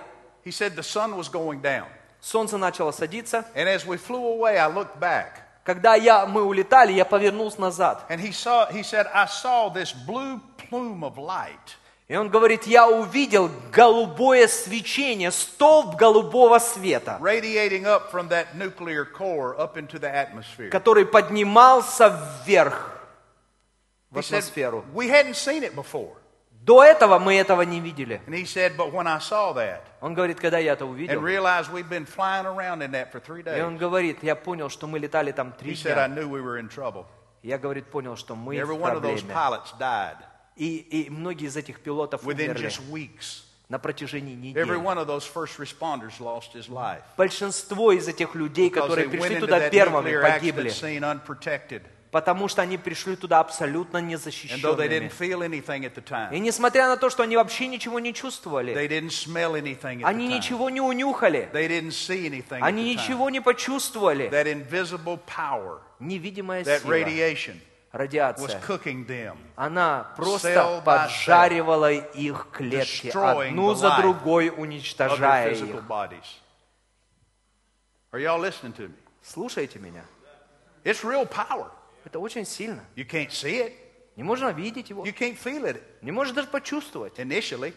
A: he said the sun was going down.
B: солнце начало садиться.
A: And as we flew away, I looked back
B: Когда я, мы улетали, я повернулся назад.
A: and he saw he said, I saw this blue plume of light.
B: И он говорит, я увидел голубое свечение, столб голубого света,
A: radiating up from that nuclear core up into the atmosphere.
B: который поднимался вверх в
A: He said,
B: атмосферу.
A: we hadn't seen it before.
B: До этого мы этого не видели.
A: And he said, but when I saw that
B: Он говорит, когда я это
A: and
B: увидел,
A: realized we'd been flying around in that for three
B: и
A: days,
B: он говорит, я понял, что мы летали там
A: he
B: три
A: said, I
B: дня.
A: knew we were in trouble.
B: Я, говорит, понял, что мы
A: Every
B: в
A: one of those
B: проблеме.
A: pilots died
B: И, и многие из этих пилотов
A: within
B: умерли
A: just weeks.
B: на протяжении
A: Every
B: недели.
A: one of those first responders lost his life.
B: Большинство из этих людей,
A: Because they
B: которые
A: went
B: пришли
A: into
B: туда
A: that
B: первыми,
A: nuclear
B: погибли.
A: accident scene unprotected.
B: Потому что они пришли туда абсолютно
A: And though they didn't
B: незащищенными.
A: feel anything at the
B: И
A: time,
B: несмотря на то, что они вообще ничего не чувствовали,
A: they didn't smell anything at
B: они
A: the time,
B: ничего не унюхали,
A: they didn't see anything at
B: они
A: the time.
B: ничего не почувствовали.
A: That invisible power
B: Невидимая
A: that
B: сила,
A: radiation was
B: радиация,
A: cooking them.
B: она
A: cell
B: просто
A: by
B: поджаривала их клетки,
A: destroying
B: одну
A: the
B: за
A: life
B: другой
A: of their
B: уничтожая
A: physical
B: их.
A: bodies. Are y'all listening to me?
B: Слушайте меня,
A: It's real power.
B: это очень сильно.
A: You can't see it.
B: Не можно видеть его,
A: You can't feel it
B: не можно даже почувствовать.
A: initially,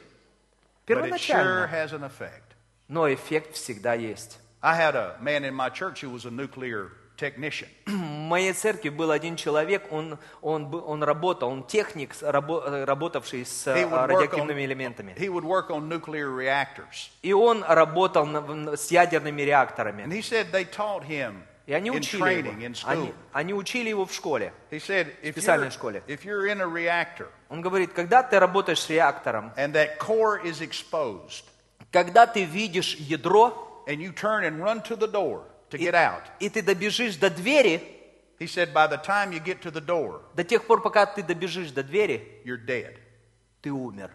A: but it sure
B: Первоначально.
A: has an effect.
B: Но эффект всегда есть.
A: I had a man in my church who was a nuclear technician.
B: В моей церкви был один человек, он, он, бы- он работал, он техник, с- рабо- э, работавший с э,
A: He would work on,
B: радиоактивными элементами.
A: he would work on nuclear reactors.
B: И он работал на- в- с ядерными
A: And
B: реакторами.
A: he said they taught him
B: И они
A: in
B: учили
A: training, in
B: его.
A: school.
B: Они, они учили его в школе.
A: He said, if
B: специальной
A: you're,
B: школе.
A: if you're in a reactor
B: Он говорит, когда ты работаешь с реактором,
A: and that core is exposed,
B: когда ты видишь ядро,
A: and you turn and run to the door to
B: и,
A: get out.
B: и ты добежишь до двери,
A: He said, by the time you get to the door,
B: до тех пор, пока ты добежишь до двери,
A: you're dead.
B: ты умер.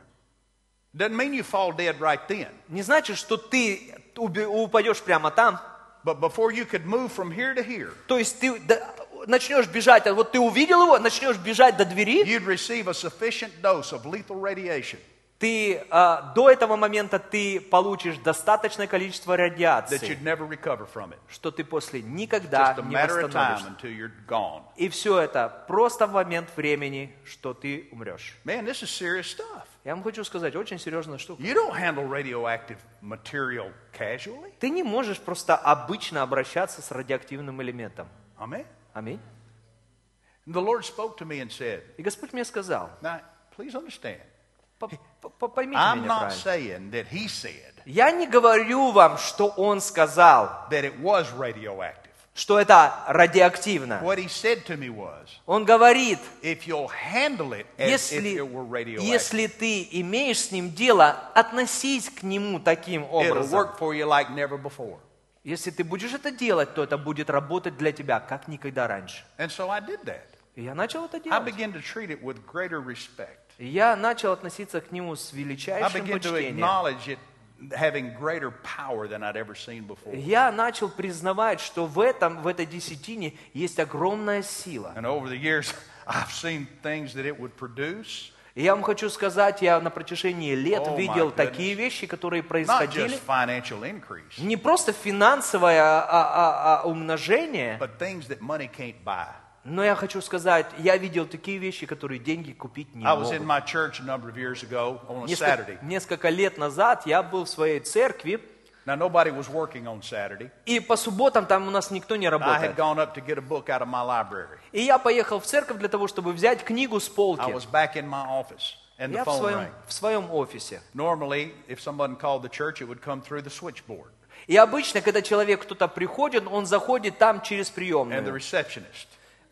A: Doesn't mean you fall dead right then.
B: Не значит, что ты уби- упадешь прямо там,
A: But before you could move from here to here,
B: То есть ты да- начнешь бежать, а вот ты увидел его, начнешь бежать до двери,
A: you'd receive a sufficient dose of lethal radiation
B: ты а, до этого момента ты получишь достаточное количество
A: that
B: радиации,
A: you'd never recover from it.
B: что ты после никогда
A: Just a
B: не
A: matter of time
B: восстановишься.
A: until you're gone.
B: И все это просто в момент времени, что ты умрешь.
A: Man, this is serious stuff.
B: Я вам хочу сказать, очень серьезная штука.
A: You don't handle radioactive material casually.
B: Ты не можешь просто обычно обращаться с радиоактивным элементом.
A: Amen.
B: Аминь.
A: And the Lord spoke to me and said,
B: И Господь мне сказал,
A: Now, please understand,
B: «П- п- п- поймите
A: I'm
B: меня
A: not
B: правильно.
A: saying that He said
B: Я не говорю вам, что Он сказал,
A: that it was radioactive.
B: что это радиоактивно.
A: What he said to me was,
B: Он говорит,
A: if you'll handle it as if
B: если,
A: it were radioactive,
B: если ты имеешь с ним дело, относись к нему таким
A: it'll
B: образом.
A: work for you like never before.
B: Если ты будешь это делать, то это будет работать для тебя, как никогда раньше.
A: And so I did that.
B: И я начал это
A: I
B: делать.
A: began to treat it with greater respect.
B: И Я начал относиться к нему с
A: I
B: величайшим
A: began to
B: почтением.
A: acknowledge it having greater power than I'd ever seen before.
B: Я начал признавать, что в этом, в этой десятине есть огромная сила.
A: And over the years, I've seen things that it would produce,
B: И я вам хочу сказать, я на протяжении лет
A: Oh my
B: видел
A: goodness.
B: такие вещи, которые
A: not just
B: происходили.
A: financial increase,
B: Не просто финансовое а- а- а- умножение,
A: but things that money can't buy.
B: Но я хочу сказать, я видел такие вещи, которые деньги купить не
A: I was in
B: могут.
A: my church a number of years ago on a Saturday.
B: Несколько, несколько лет назад я был в своей церкви,
A: Now, nobody was working on Saturday.
B: и по субботам там у нас никто не
A: I had
B: работает.
A: gone up to get a book out of my library.
B: И я поехал в церковь для того, чтобы взять книгу с
A: I
B: полки.
A: was back in my office. and the
B: Я в
A: phone
B: своем,
A: rang.
B: в своем офисе.
A: Normally, if someone called the church, it would come through the switchboard
B: И обычно, когда человек кто-то приходит, он заходит там через
A: and the
B: приемную.
A: receptionist,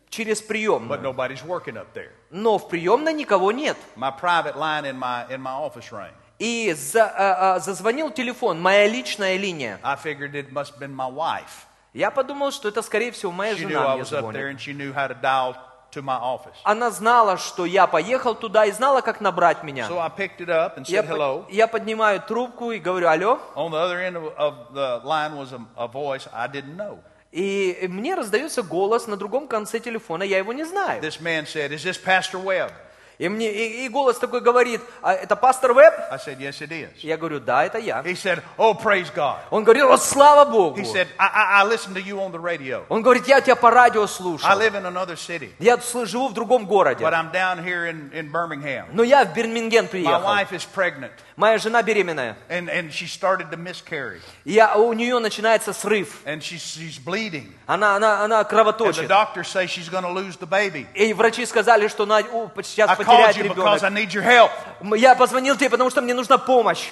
B: Через
A: but
B: приемную.
A: nobody's working up there.
B: Но в приемной никого нет.
A: My private line in my in my office rang.
B: И за- а, а, зазвонил телефон, моя личная линия.
A: I figured it must have been my wife.
B: Я подумал, что это, скорее всего, моя
A: She knew I
B: жена мне
A: was up there
B: звонит.
A: and she knew how to dial to my office.
B: Она знала, что я поехал туда и знала, как набрать меня.
A: So I picked it up and
B: Я,
A: said
B: по-
A: hello.
B: я поднимаю трубку и говорю «Алло».
A: On the other end of, of the line was a, a voice I didn't know.
B: И мне раздается голос на другом конце телефона, я его не знаю.
A: This man said, Is this Pastor Webb?
B: И, мне, и, и голос такой говорит, «А это пастор Веб?
A: I said, Yes, it is.
B: Я говорю, да, это я.
A: He said, Oh, praise God.
B: Он говорил, о, слава Богу.
A: He said, I, I, I listened to you on the radio.
B: Он говорит, я тебя по радио
A: I
B: слушал.
A: live in another city,
B: Я сл- живу в другом городе.
A: but I'm down here in, in Birmingham.
B: Но я в Бирминген
A: My
B: приехал.
A: wife is pregnant,
B: Моя жена беременная.
A: and, and she started to miscarry,
B: И Я, у нее начинается срыв.
A: and she's, she's bleeding.
B: Она, она, она
A: And the
B: кровоточит.
A: doctors say she's going to lose the baby.
B: И врачи сказали, что она о, по-
A: I
B: сейчас
A: called
B: потеряет
A: you because I
B: ребенок.
A: need your help.
B: М, Я позвонил тебе, потому что мне нужна помощь.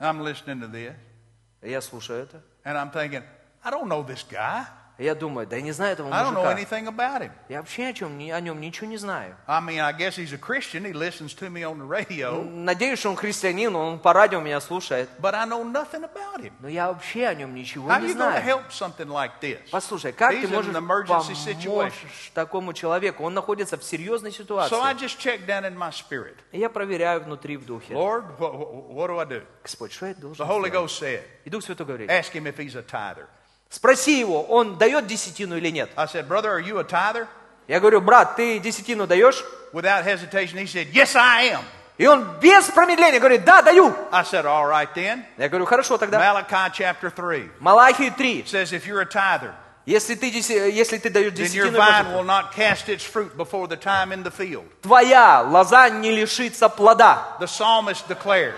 A: I'm listening to this,
B: Я слушаю это.
A: and I'm thinking, I don't know this guy.
B: Я думаю, да я не знаю этого
A: I don't know
B: мужика.
A: anything about him.
B: Я вообще о, чем, ни- о нем ничего не знаю.
A: I mean, I guess he's a Christian. He listens to me on the radio,
B: Надеюсь, что он христианин, он по радио меня слушает.
A: but I know nothing about him.
B: Но я вообще о нем ничего
A: How
B: не
A: you going to
B: знаю.
A: help something like this?
B: Послушай, как
A: He's
B: ты
A: in
B: можешь
A: an emergency
B: помочь такому человеку? Он находится в серьезной ситуации.
A: So I just check down in my spirit.
B: Я проверяю внутри в духе.
A: Lord, what, what do I do?
B: Господь, что я должен
A: The Holy
B: сделать?
A: Ghost Э. said,
B: И Дух Святой говорит,
A: ask him if he's a tither.
B: спроси его, он дает десятину или нет.
A: I said, brother, are you a tither?
B: Я говорю, брат, ты десятину даешь?
A: Without hesitation, he said, yes, I am.
B: И он без промедления говорит, да, даю.
A: I said, all right then.
B: Я говорю, хорошо тогда.
A: Malachi chapter 3
B: Малахии 3.
A: says, if you're a tither,
B: Если ты, деся- если ты даешь
A: then your
B: десятину,
A: vine
B: Боже,
A: will not cast its fruit before the time in the field.
B: твоя лоза не лишится плода.
A: The psalmist declares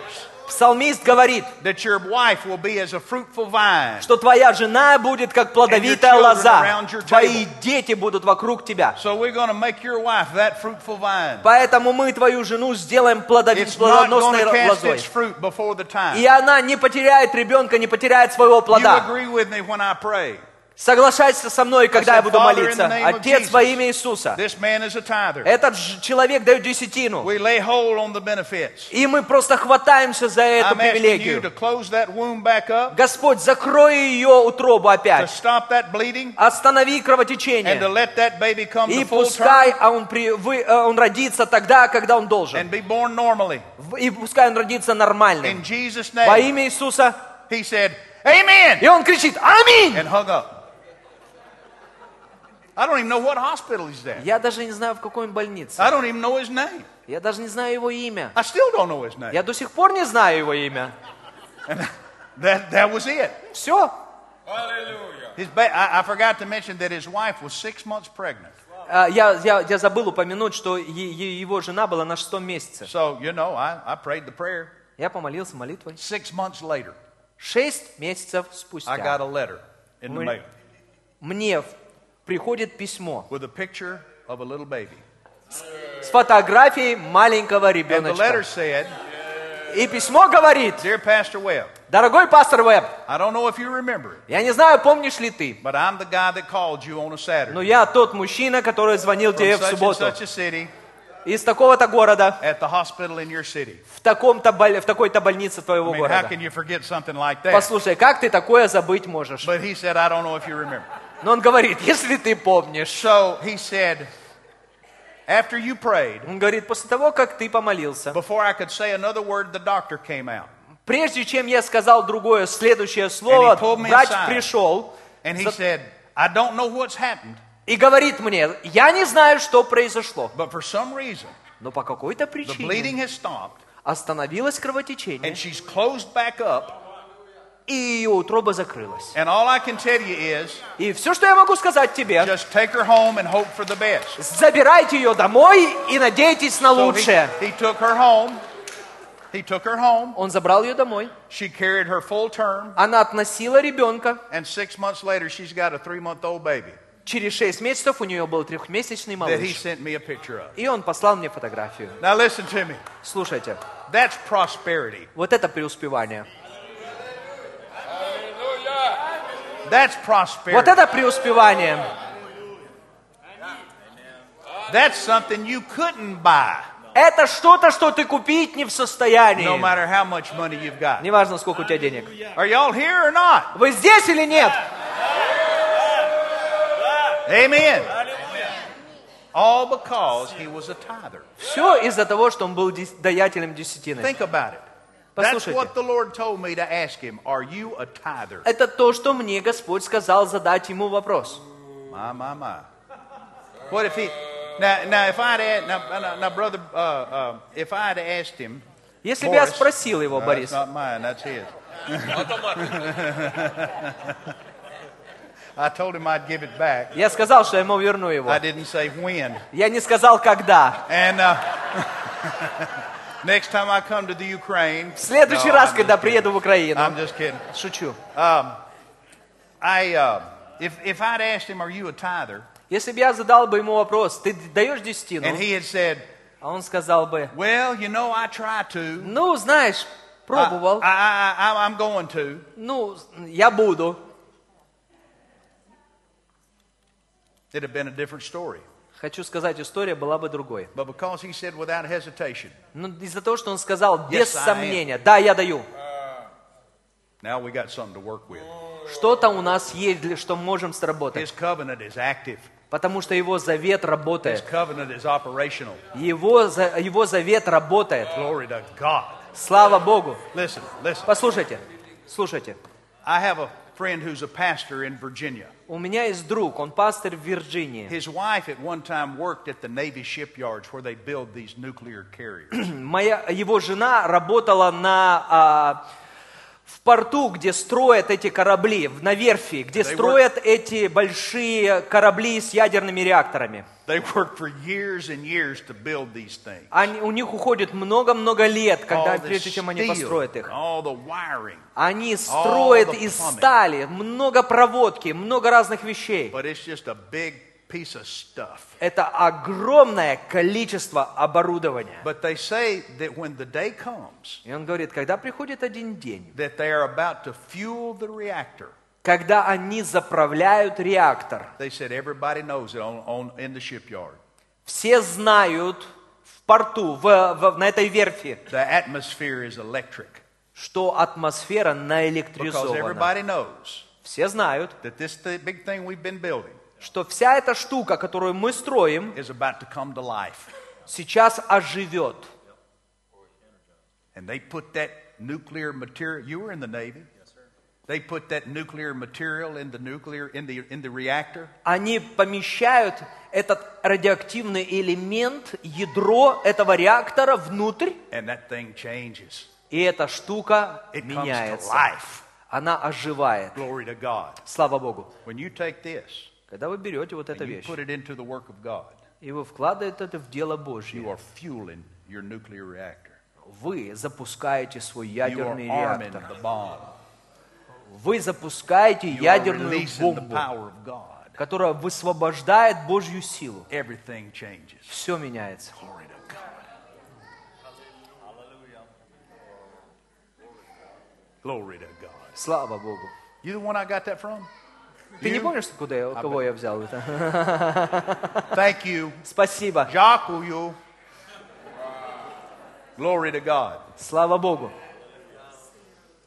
B: Псалмист говорит,
A: that your wife will be as a fruitful vine.
B: что твоя жена будет как плодовитая
A: children
B: лоза.
A: around your table.
B: Твои дети будут вокруг тебя.
A: So we're going to make your wife that fruitful vine.
B: Поэтому мы твою жену сделаем плодови-
A: It's not
B: плодоносной
A: going to
B: ро-
A: cast its
B: лозой.
A: fruit before the time.
B: И она не потеряет ребенка, не потеряет своего
A: You
B: плода.
A: agree with me when I pray.
B: Соглашайся со мной, когда я буду
A: Father, in the
B: молиться.
A: name of
B: Отец
A: Jesus.
B: во имя Иисуса.
A: This man is a tither.
B: Этот ж- человек дает десятину.
A: We lay hold on the benefits.
B: И мы просто хватаемся за эту
A: I'm asking you to
B: привилегию.
A: close that womb back up,
B: Господь, закрой ее утробу
A: to
B: опять.
A: stop that bleeding, and
B: Останови
A: to
B: кровотечение.
A: let that baby come
B: И
A: to full term
B: пускай а он, при- вы- э, он родится тогда, когда он должен.
A: and be born normally.
B: В- И пускай он родится нормальным.
A: In Jesus'
B: Во
A: name,
B: имя Иисуса.
A: he said, Amen,
B: И он кричит «Аминь!»
A: and hung up. I don't even know what hospital he's at.
B: Я даже не знаю, в какой он больнице.
A: I don't even know his name.
B: Я даже не знаю его имя.
A: I still don't know his name.
B: Я до сих пор не знаю его имя.
A: That, that was it.
B: Все.
A: His ba- I, I forgot to mention that his wife was six months pregnant.
B: А, Я, я, я забыл упомянуть, что е- е- его жена была на шестом месяце.
A: So, you know, I, I prayed the prayer.
B: Я помолился молитвой.
A: Six months later,
B: Шесть месяцев
A: I got
B: спустя
A: a letter in the
B: Wait.
A: mail
B: мне в- приходит письмо
A: with a picture of a little baby.
B: с фотографией маленького
A: And the letter
B: ребеночка.
A: said,
B: И письмо говорит,
A: Dear Pastor Webb,
B: дорогой пастор Веб,
A: I don't know if you remember it,
B: я не знаю, помнишь ли ты,
A: but I'm the guy that called you on a
B: но
A: Saturday
B: я тот мужчина, который звонил тебе
A: from
B: в
A: such and
B: субботу
A: such a city
B: из такого-то города,
A: at the hospital in your city.
B: в, таком-то боль- в такой-то больнице твоего
A: I mean, how
B: города.
A: can you forget something like that?
B: Послушай, как ты такое забыть можешь?
A: But he said, I don't know if you remember.
B: Но он говорит, если ты помнишь.
A: So he said, After you prayed,
B: Он говорит, после того, как ты помолился,
A: before I could say another word, the doctor came out.
B: Прежде чем я сказал другое, следующее
A: And
B: слово,
A: he pulled me
B: врач
A: aside.
B: пришел
A: And he
B: За-
A: said, I don't know what's happened,
B: и говорит мне, я не знаю, что произошло,
A: but for some reason,
B: но по какой-то
A: the
B: причине
A: bleeding has stopped,
B: остановилось
A: and
B: кровотечение,
A: she's closed back up.
B: и ее утроба закрылась.
A: And all I can tell you is
B: И все, что я могу сказать тебе,
A: just take her home and hope for the best.
B: забирайте ее домой и надейтесь на
A: So he,
B: лучшее.
A: he took her home. He took her home.
B: Он забрал ее домой,
A: She carried her full term.
B: она относила ребенка,
A: And six months later, she's got a three month old baby.
B: Через шесть месяцев у нее был трехмесячный
A: that he
B: малыш.
A: sent me a picture of.
B: И он послал мне фотографию.
A: Now listen to me.
B: Слушайте,
A: That's prosperity.
B: вот это преуспевание.
A: That's
B: Вот
A: prosperity.
B: это преуспевание.
A: That's something you couldn't buy,
B: Это что-то, что ты купить не в состоянии.
A: no matter how much money you've got.
B: Неважно, сколько у тебя денег.
A: Are y'all here or not?
B: Вы здесь или нет?
A: Amen. All because he was a tither.
B: Все из-за того, что он был дес- даятелем десятины.
A: Think about it. That's
B: Послушайте.
A: what the Lord told me to ask him. Are you a tither?
B: Это то, что мне Господь сказал задать ему вопрос.
A: My, my, my. What if he? Now, now, if I'd asked, now, now, now, brother, uh, uh, if I'd asked him,
B: Если бы я
A: Boris.
B: спросил его,
A: No,
B: Борис,
A: that's not mine. That's his. I told him I'd give it back.
B: я сказал, что я ему верну его.
A: I didn't say when.
B: Я не сказал, когда.
A: And uh, next time I come to the Ukraine,
B: В следующий
A: No,
B: раз,
A: I'm
B: когда
A: just kidding.
B: приеду в Украину.
A: I'm just kidding.
B: Шучу.
A: I, uh, if if I'd asked him, "Are you a tither?"
B: Если бы я задал бы ему вопрос, ты даешь десятину?
A: and he had said,
B: А он сказал бы,
A: "Well, you know, I try to.
B: ну, знаешь,
A: I,
B: пробовал,
A: I, I, I, I'm going to."
B: ну, я буду.
A: It'd have been a different story.
B: Хочу сказать, история была бы другой.
A: But because he said without hesitation,
B: Но из-за того, что он сказал без
A: I am.
B: сомнения, да, я даю.
A: now we got something to work with.
B: Что-то у нас есть, для- что можем сработать.
A: His covenant is active.
B: Потому что его завет
A: His
B: работает.
A: covenant is operational.
B: Его, за- его завет работает.
A: Glory to God.
B: Слава Богу.
A: Listen, listen.
B: Послушайте, слушайте.
A: I have a friend who's a pastor in Virginia.
B: У меня есть друг, он пастор в Вирджинии.
A: His wife at one time worked at the Navy shipyards where they build these nuclear carriers.
B: Моя, его жена работала на, а, в порту, где строят эти корабли, в- на верфи, где
A: They
B: строят эти большие корабли с ядерными реакторами.
A: they worked for years and years to build these things.
B: Они, у них уходит много-много лет, когда,
A: All the
B: прежде чем они построят
A: steel,
B: их.
A: all the wiring.
B: Они строят
A: the
B: из
A: plumbing.
B: стали много проводки, много разных вещей.
A: But it's just a big piece of stuff.
B: Это огромное количество оборудования.
A: But they say that when the day comes
B: И он говорит, когда приходит один день,
A: that they are about to fuel the reactor,
B: когда они заправляют реактор,
A: They said everybody knows it on, on in the shipyard.
B: все знают в порту, в- в- на этой верфи,
A: The atmosphere is electric
B: что атмосфера
A: because
B: наэлектризована.
A: everybody knows
B: Все знают,
A: that this th- big thing we've been building
B: что вся эта штука, которую мы строим,
A: is about to come to life.
B: сейчас оживет.
A: And they put that nuclear material. You were in the Navy. They put that nuclear material in the nuclear in the in the reactor.
B: Они помещают этот радиоактивный элемент, ядро этого реактора внутрь,
A: And that thing changes.
B: и эта штука
A: It comes to
B: меняется.
A: life.
B: Она оживает.
A: Glory to God.
B: Слава Богу.
A: When you take this
B: Когда вы берете вот эту
A: and you
B: вещь,
A: put it into the work of God,
B: и вы вкладываете это в дело
A: you
B: Божье,
A: are fueling your nuclear reactor.
B: вы запускаете свой
A: You are
B: ядерный
A: arming
B: реактор.
A: the bomb.
B: Вы запускаете
A: You are
B: ядерную
A: releasing the
B: бомбу,
A: power of God.
B: которая высвобождает Божью силу.
A: Everything changes.
B: Все меняется.
A: Glory to God. Glory to God.
B: Слава Богу.
A: You the one I got that from?
B: Ты не
A: You?
B: помнишь, куда я, кого я взял это?
A: Thank you.
B: Спасибо.
A: Jacques you. Glory to God.
B: Слава Богу.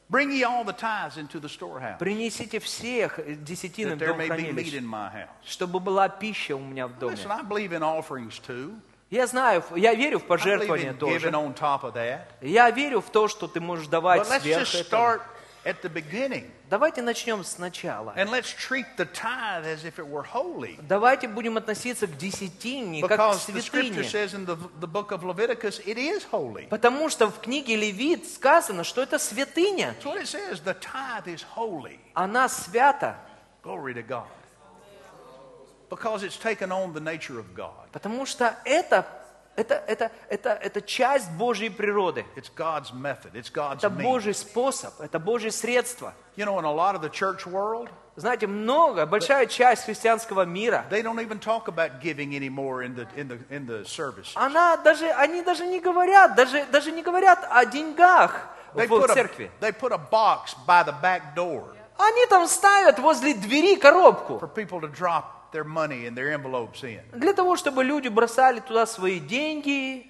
A: Bring ye all the tithes into the storehouse,
B: Принесите всех десятины
A: that
B: в
A: there
B: дом
A: may be meat
B: хранилища,
A: in my house.
B: чтобы была пища у меня в доме.
A: Listen, I believe in offerings too.
B: Я знаю, я верю в
A: I believe
B: пожертвования
A: in giving
B: тоже.
A: on top of that.
B: Я верю в то, что ты можешь давать
A: But let's
B: сверх
A: just
B: этого.
A: start at the beginning.
B: Давайте начнем сначала.
A: And let's treat the tithe as if it were holy.
B: Давайте будем относиться к десятине, как к
A: Because the scripture
B: святыне.
A: says in the, the book of Leviticus, it is holy.
B: Потому что в книге Левит сказано, что это святыня.
A: That's what it says. The tithe is holy.
B: Она свята,
A: Glory to God. Because it's taken on the nature of God.
B: потому что это, Это, это, это, это часть Божьей природы.
A: It's God's method, it's God's
B: Это
A: means.
B: Божий способ, это Божье средство.
A: You know, in a lot of the church world,
B: Знаете, много, большая часть христианского мира,
A: they don't even talk about giving anymore in the, in the, in the service.
B: она даже, они даже не говорят, даже, даже не говорят о деньгах
A: They
B: в
A: put, a,
B: церкви.
A: they put a box by the back door
B: Они там ставят возле двери коробку
A: for people to drop their money and their envelopes in.
B: для того, чтобы люди бросали туда свои деньги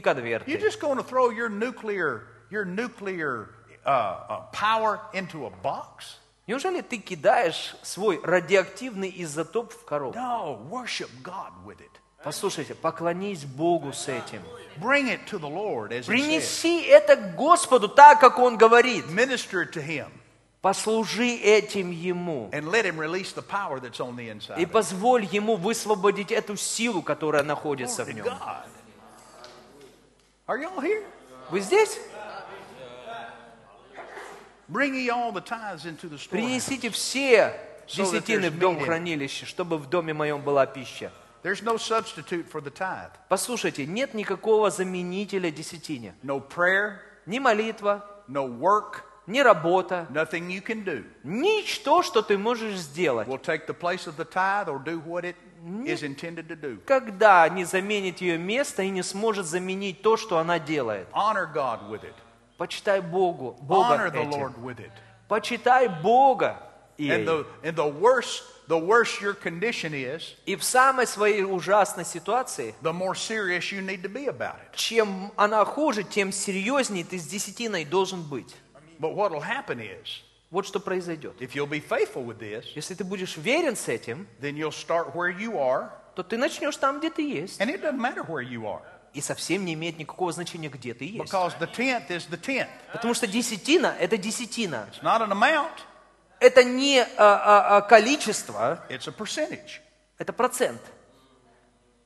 A: You're
B: конверты.
A: just going to throw your nuclear, your nuclear uh, uh, power into a box?
B: Неужели ты кидаешь свой радиоактивный изотоп в коробку?
A: No, worship God with it.
B: Послушайте, поклонись Богу с этим.
A: Bring it to the Lord as it says.
B: Принеси это к Господу так, как Он говорит.
A: Minister to Him
B: Послужи этим Ему.
A: and let Him release the power that's on the inside.
B: И
A: of you.
B: позволь Ему высвободить эту силу, которая находится в
A: Glory to
B: Нем.
A: God. Are y'all here?
B: Вы здесь?
A: Bring ye all the tithes into the store.
B: Принесите все десятины в дом
A: meat in-
B: хранилища, чтобы в доме моем была пища.
A: There's no substitute for the tithe.
B: Послушайте, нет никакого заменителя десятине.
A: No prayer,
B: Ни молитва,
A: no work,
B: ни работа,
A: nothing you can do
B: ничто, что ты можешь сделать.
A: will take the place of the tithe or do what it is intended to do.
B: Когда не заменит ее место и не сможет заменить то, что она делает.
A: Honor God with it.
B: Почитай Богу, Бога
A: Honor the
B: этим.
A: Lord with it.
B: Почитай Бога
A: And
B: ей.
A: the and the worse the worse your condition is,
B: И в самой своей ужасной ситуации,
A: the more serious you need to be about it.
B: чем она хуже, тем серьезнее ты с десятиной должен быть.
A: But what'll happen is,
B: Вот что произойдет.
A: if you'll be faithful with this,
B: Если ты будешь верен с этим,
A: then you'll start where you are,
B: то ты начнешь там, где ты есть.
A: and it doesn't matter where you are,
B: И совсем не имеет никакого значения, где ты есть.
A: because the tenth is the tenth.
B: Потому что десятина – это десятина.
A: It's not an amount,
B: Это не а, а, а, количество,
A: it's a percentage.
B: это процент.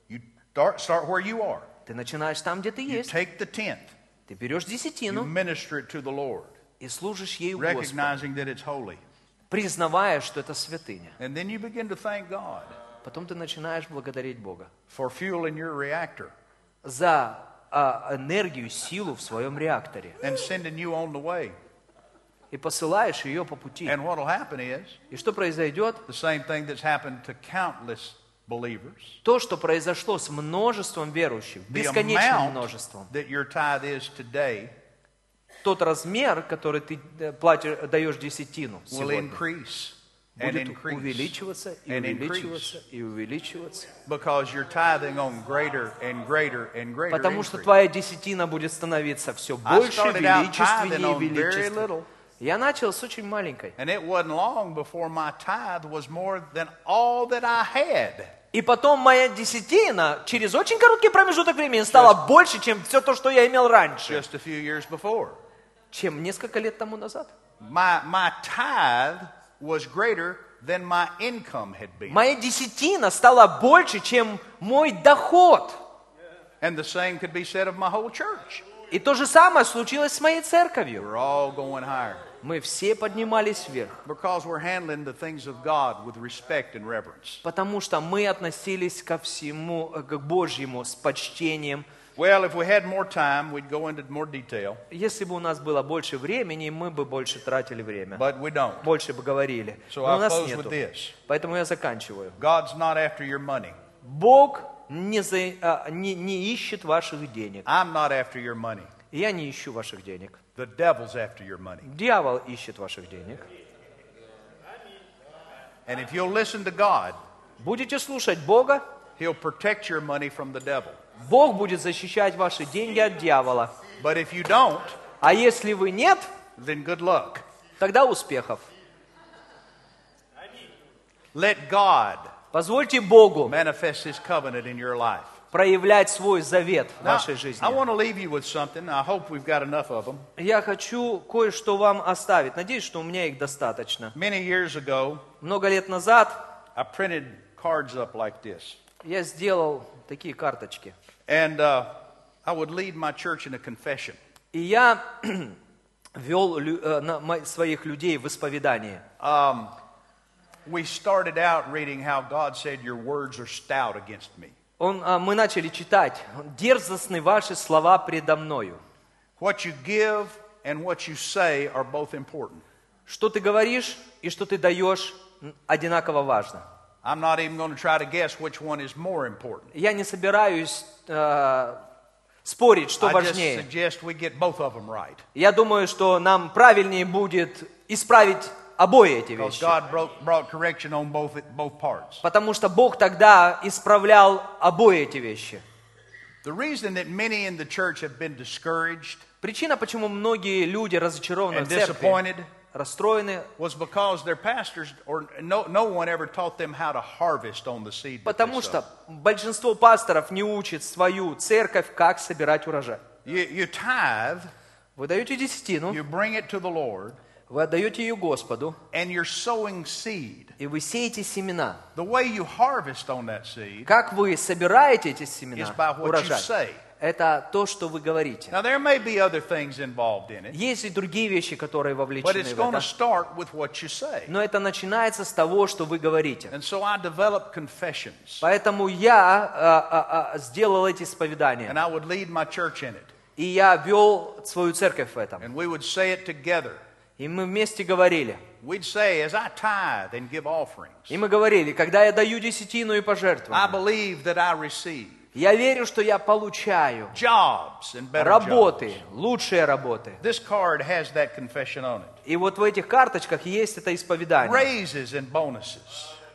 A: You start start where you are.
B: Ты начинаешь там, где ты
A: You
B: есть.
A: take the tenth,
B: Ты берешь
A: you
B: десятину
A: minister it to the Lord,
B: и служишь ей Господу,
A: recognizing that it's holy.
B: признавая, что это святыня.
A: And then you begin to thank God
B: Потом ты начинаешь благодарить Бога.
A: for fuel in your reactor
B: за а, энергию, силу в своем реакторе
A: and sending you on the way.
B: и посылаешь ее по пути.
A: And what'll happen is
B: И что произойдет?
A: the same thing that's happened to countless believers.
B: То, что произошло с множеством верующих,
A: The
B: бесконечным множеством.
A: amount that your tithe is today
B: Тот размер, который ты э, платишь, даешь десятину
A: will
B: сегодня,
A: increase and
B: будет
A: increase
B: увеличиваться и
A: and
B: увеличиваться и увеличиваться.
A: because you're tithing on greater and greater and greater.
B: Потому что
A: increase.
B: твоя десятина будет становиться все
A: I
B: больше,
A: started out
B: величественнее
A: tithing
B: и
A: on very
B: величественнее.
A: little.
B: Я начал с очень маленькой.
A: And it wasn't long before my tithe was more than all that I had.
B: И потом моя десятина через очень короткий промежуток времени стала больше, чем все то, что я имел раньше.
A: just a few years before.
B: чем несколько лет тому назад.
A: My, my tithe was greater than my income had been.
B: Моя десятина стала больше, чем мой доход.
A: And the same could be said of my whole church.
B: И то же самое случилось с моей церковью.
A: We're all going higher
B: Мы все поднимались вверх,
A: because we're handling the things of God with respect and reverence.
B: потому что мы относились ко всему, э, к Божьему с почтением.
A: Well, if we had more time, we'd go into more detail,
B: Если бы у нас было больше времени, мы бы больше тратили время,
A: but we don't.
B: больше бы говорили.
A: So
B: Но у
A: I'll
B: нас
A: close with
B: нету.
A: this
B: Поэтому я заканчиваю.
A: God's not after your money.
B: Бог не, за- а, не- не ищет ваших денег.
A: I'm not after your money.
B: Я не ищу ваших денег.
A: The devil's after your money.
B: Дьявол ищет ваших денег.
A: And if you'll listen to God,
B: Будете слушать Бога,
A: he'll protect your money from the devil.
B: Бог будет защищать ваши деньги от дьявола.
A: But if you don't,
B: А если вы нет,
A: then good luck.
B: тогда успехов.
A: Let God
B: Позвольте Богу
A: manifest His covenant in your life.
B: проявлять свой завет в
A: Now,
B: вашей жизни.
A: I want to leave you with something. I hope we've got enough of them.
B: Я хочу кое-что вам оставить. Надеюсь, что у меня их достаточно.
A: Many years ago,
B: Много лет назад
A: I printed cards up like this,
B: я сделал такие карточки.
A: and uh, I would lead my church in a confession.
B: И я вел лю- э, на- мо- своих людей в исповедании.
A: Um, we started out reading how God said, Your words are stout against me.
B: О, Он, а, мы начали читать. «Дерзостны ваши слова предо мною».
A: What you give and what you say are both important.
B: Что ты говоришь и что ты даешь м, одинаково важно.
A: I'm not even going to try to guess which one is more important.
B: Я не собираюсь э, спорить, что
A: I just
B: важнее.
A: suggest we get both of them right.
B: Я думаю, что нам правильнее будет исправить обои эти
A: Because
B: вещи.
A: God brought, brought correction on both, both parts.
B: Потому что Бог тогда исправлял обои эти вещи.
A: The reason that many in the church have been discouraged
B: Причина, почему многие люди разочарованы
A: and
B: в церкви,
A: disappointed
B: расстроены,
A: was because their pastors or no, no one ever taught them how to harvest on the seed. that they
B: потому
A: sow.
B: что большинство пасторов не учат свою церковь, как собирать урожай.
A: you, you tithe,
B: Вы даете десятину,
A: you bring it to the Lord,
B: вы отдаете ее Господу,
A: and you're sowing seed.
B: и вы сеете семена.
A: The way you harvest on that seed
B: Как вы собираете эти
A: is
B: семена,
A: by what you
B: урожай?
A: say.
B: Это то, что вы говорите.
A: Now, there may be other things involved in it,
B: Есть и другие вещи, которые
A: but
B: вовлечены
A: it's
B: в
A: going to
B: это.
A: start with what you say.
B: Но это начинается с того, что вы говорите.
A: And so I developed confessions,
B: Поэтому я а, а, а, сделал эти
A: and
B: исповедания.
A: I would lead my church in it.
B: И я вел свою церковь в этом.
A: And we would say it together.
B: И мы вместе говорили.
A: We'd say, as I tithe and give offerings,
B: И мы говорили, когда я даю десятину и
A: I
B: пожертвования,
A: believe that I receive
B: я верю, что я получаю
A: jobs and better
B: работы,
A: jobs.
B: лучшие работы.
A: This card has that confession on it.
B: И вот в этих карточках есть это исповедание.
A: Raises and bonuses,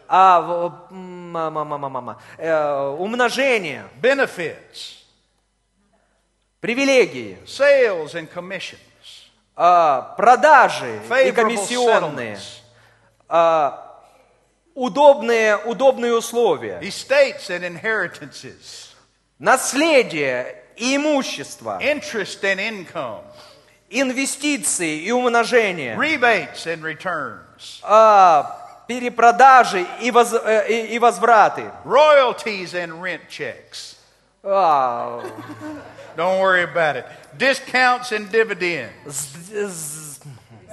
B: А, в- м, ма- ма- ма- ма- ма- ма. Э, умножение,
A: benefits,
B: привилегии,
A: sales and commissions,
B: а, продажи и
A: favorable
B: комиссионные,
A: settlements,
B: а, удобные, удобные условия,
A: estates and inheritances,
B: наследие и имущество,
A: interest and income,
B: инвестиции и умножение,
A: rebates and returns,
B: а, перепродажи и, воз- э, и- и возвраты.
A: royalties and rent checks.
B: А,
A: Don't worry about it. Discounts and dividends.
B: з- з-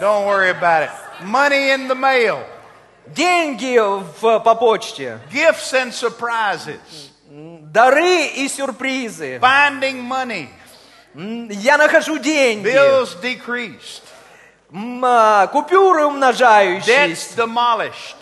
A: Don't worry about it. Money in the mail.
B: деньги в- по почте,
A: Gifts and surprises.
B: дары и сюрпризы.
A: Finding money.
B: М, Я нахожу деньги.
A: Bills decreased.
B: М, а, Купюры умножающиеся.
A: Debts demolished.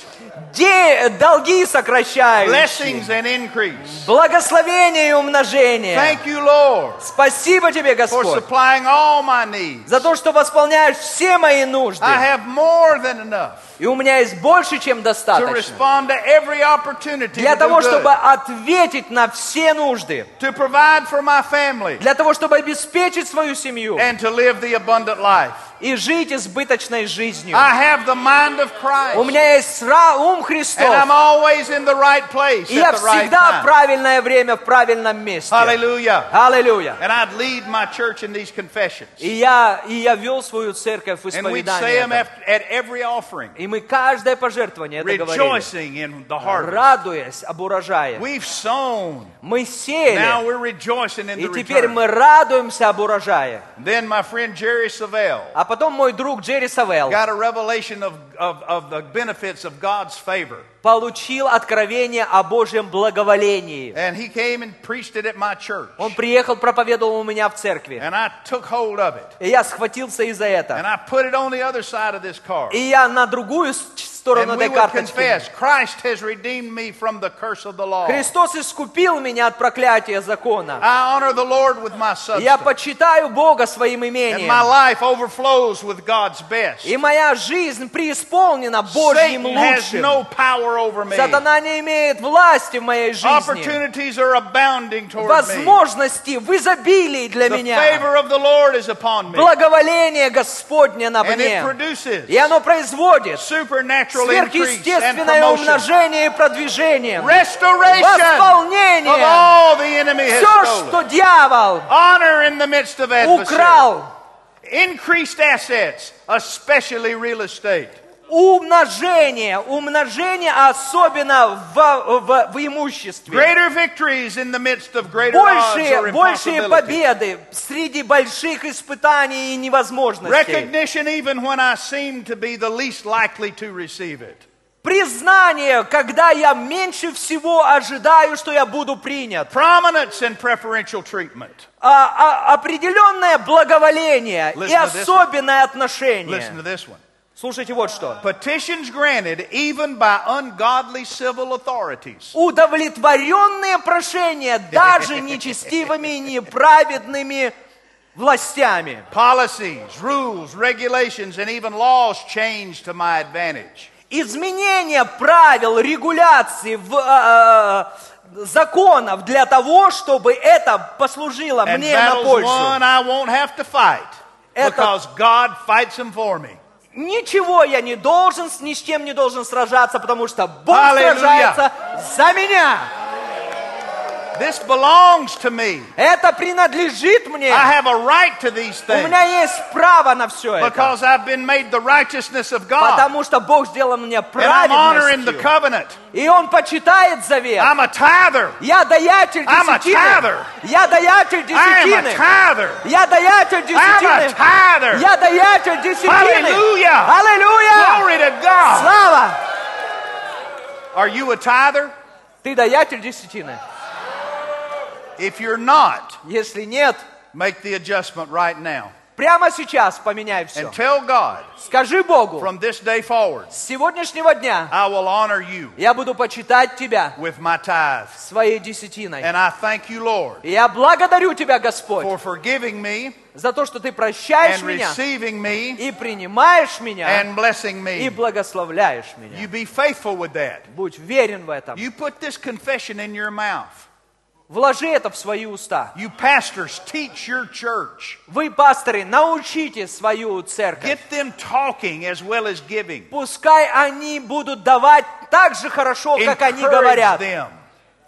B: Де- долги сокращающие.
A: Blessings and increase.
B: Благословение и умножение.
A: Thank you, Lord,
B: Спасибо тебе,
A: for
B: Господь,
A: supplying all my needs.
B: за то, что восполняешь все мои нужды.
A: I have more than enough
B: И у меня есть больше, чем
A: to
B: достаточно.
A: respond to every opportunity
B: Для
A: to, do
B: того, чтобы
A: good,
B: ответить на все нужды.
A: to provide for my family
B: Для того, чтобы обеспечить свою семью
A: and to live the abundant life.
B: и жить избыточной жизнью.
A: I have the mind of
B: У
A: Christ.
B: меня есть ра- ум
A: And I'm
B: Христов.
A: always in the right place
B: И я
A: at the right
B: всегда в
A: time.
B: правильное время, в правильном месте.
A: Hallelujah.
B: Аллилуйя.
A: And I'd lead my church in these confessions.
B: И я, и я вел свою церковь в
A: And we'd say them
B: исповедание.
A: after, at every offering,
B: И мы каждое пожертвование это говорили.
A: rejoicing in the harvest.
B: Радуясь об урожае.
A: We've sown.
B: Мы
A: Now
B: сели,
A: we're rejoicing in
B: и
A: the
B: теперь
A: return.
B: мы радуемся об урожае.
A: Then my friend Jerry Savelle
B: А потом мой друг Джерри Савелл
A: got a revelation of, of, of the benefits of God's favor.
B: получил откровение о Божьем благоволении.
A: And he came and preached it at my church.
B: Он приехал, проповедовал у меня в церкви.
A: And I took hold of it.
B: И я схватился и за
A: And
B: это.
A: I put it on the other side of this card.
B: И я на другую с- сторону
A: And we
B: этой
A: would
B: карточки.
A: confess, Christ has redeemed me from the curse of the law.
B: Христос искупил меня от проклятия закона.
A: I honor the Lord with my
B: Я
A: substance.
B: почитаю Бога
A: And
B: своим
A: my
B: имением.
A: life overflows with God's best.
B: И моя жизнь преисполнена Божьим
A: Satan has
B: лучшим.
A: no power over me.
B: Сатана не имеет власти в моей жизни.
A: Opportunities are abounding toward me.
B: Возможности в изобилии для
A: The
B: меня.
A: favor of the Lord is upon me.
B: Благоволение Господне на
A: And it
B: мне.
A: produces
B: И оно производит
A: supernatural increase and
B: сверхъестественное
A: promotion.
B: умножение и продвижение.
A: Restoration of
B: Восполнение.
A: all the enemy has
B: Все,
A: stolen.
B: что дьявол
A: Honor in the midst of adversity.
B: украл,
A: Increased assets, especially real estate.
B: умножение, умножение особенно в, в- в имуществе.
A: Greater victories in the midst of greater odds or
B: Большие, большие
A: impossibilities.
B: победы среди больших испытаний и невозможностей.
A: Recognition even when I seem to be the least likely to receive it.
B: Признание, когда я меньше всего ожидаю, что я буду принят.
A: Prominence and preferential treatment.
B: А- а- определенное благоволение и
A: Listen to this.
B: особенное
A: Listen to
B: отношение.
A: this one.
B: Слушайте вот что.
A: Petitions granted even by ungodly civil authorities.
B: удовлетворенные прошения даже нечестивыми и неправедными властями.
A: Policies, rules, regulations, and even laws changed to my advantage.
B: Изменение правил, регуляций, в, э, э, законов для того, чтобы это послужило
A: And
B: мне на
A: battles
B: пользу.
A: won, I won't have to fight
B: Это-
A: because God fights them for me.
B: Ничего я не должен, с ни с чем не должен сражаться, потому что Бог
A: Аллилуйя.
B: сражается за меня.
A: This belongs to me.
B: Это принадлежит мне.
A: I have a right to these
B: У
A: things
B: меня есть право на все это.
A: because I've been made the righteousness of God.
B: Потому что Бог сделал меня
A: And I'm honoring the
B: праведностью.
A: covenant.
B: И он почитает завет.
A: I'm a tither.
B: Я даятель
A: I'm a
B: десятины.
A: tither.
B: Я даятель
A: I am a
B: десятины.
A: tither.
B: Я даятель
A: I'm a
B: десятины.
A: tither.
B: Я даятель десятины.
A: Hallelujah.
B: Аллилуйя!
A: Glory to God.
B: Слава!
A: Are you a tither?
B: Ты даятель десятины.
A: If you're not,
B: Если нет,
A: make the adjustment right now
B: прямо сейчас поменяй все.
A: and tell God
B: Скажи Богу,
A: from this day forward,
B: с сегодняшнего дня
A: I will honor you
B: я буду почитать Тебя
A: with my tithe.
B: своей десятиной.
A: And I thank you, Lord,
B: И я благодарю Тебя, Господь,
A: for forgiving me
B: за то, что Ты
A: and
B: прощаешь меня
A: receiving me
B: и принимаешь меня
A: and blessing
B: и
A: me.
B: благословляешь меня.
A: You be faithful with that.
B: Будь верен в этом.
A: You put this confession in your mouth.
B: Вложи это в свои уста.
A: You pastors, teach your church.
B: Вы, пасторы, научите свою церковь.
A: Get them talking as well as giving.
B: Пускай они будут давать так же хорошо, как они
A: Encourage
B: говорят.
A: them.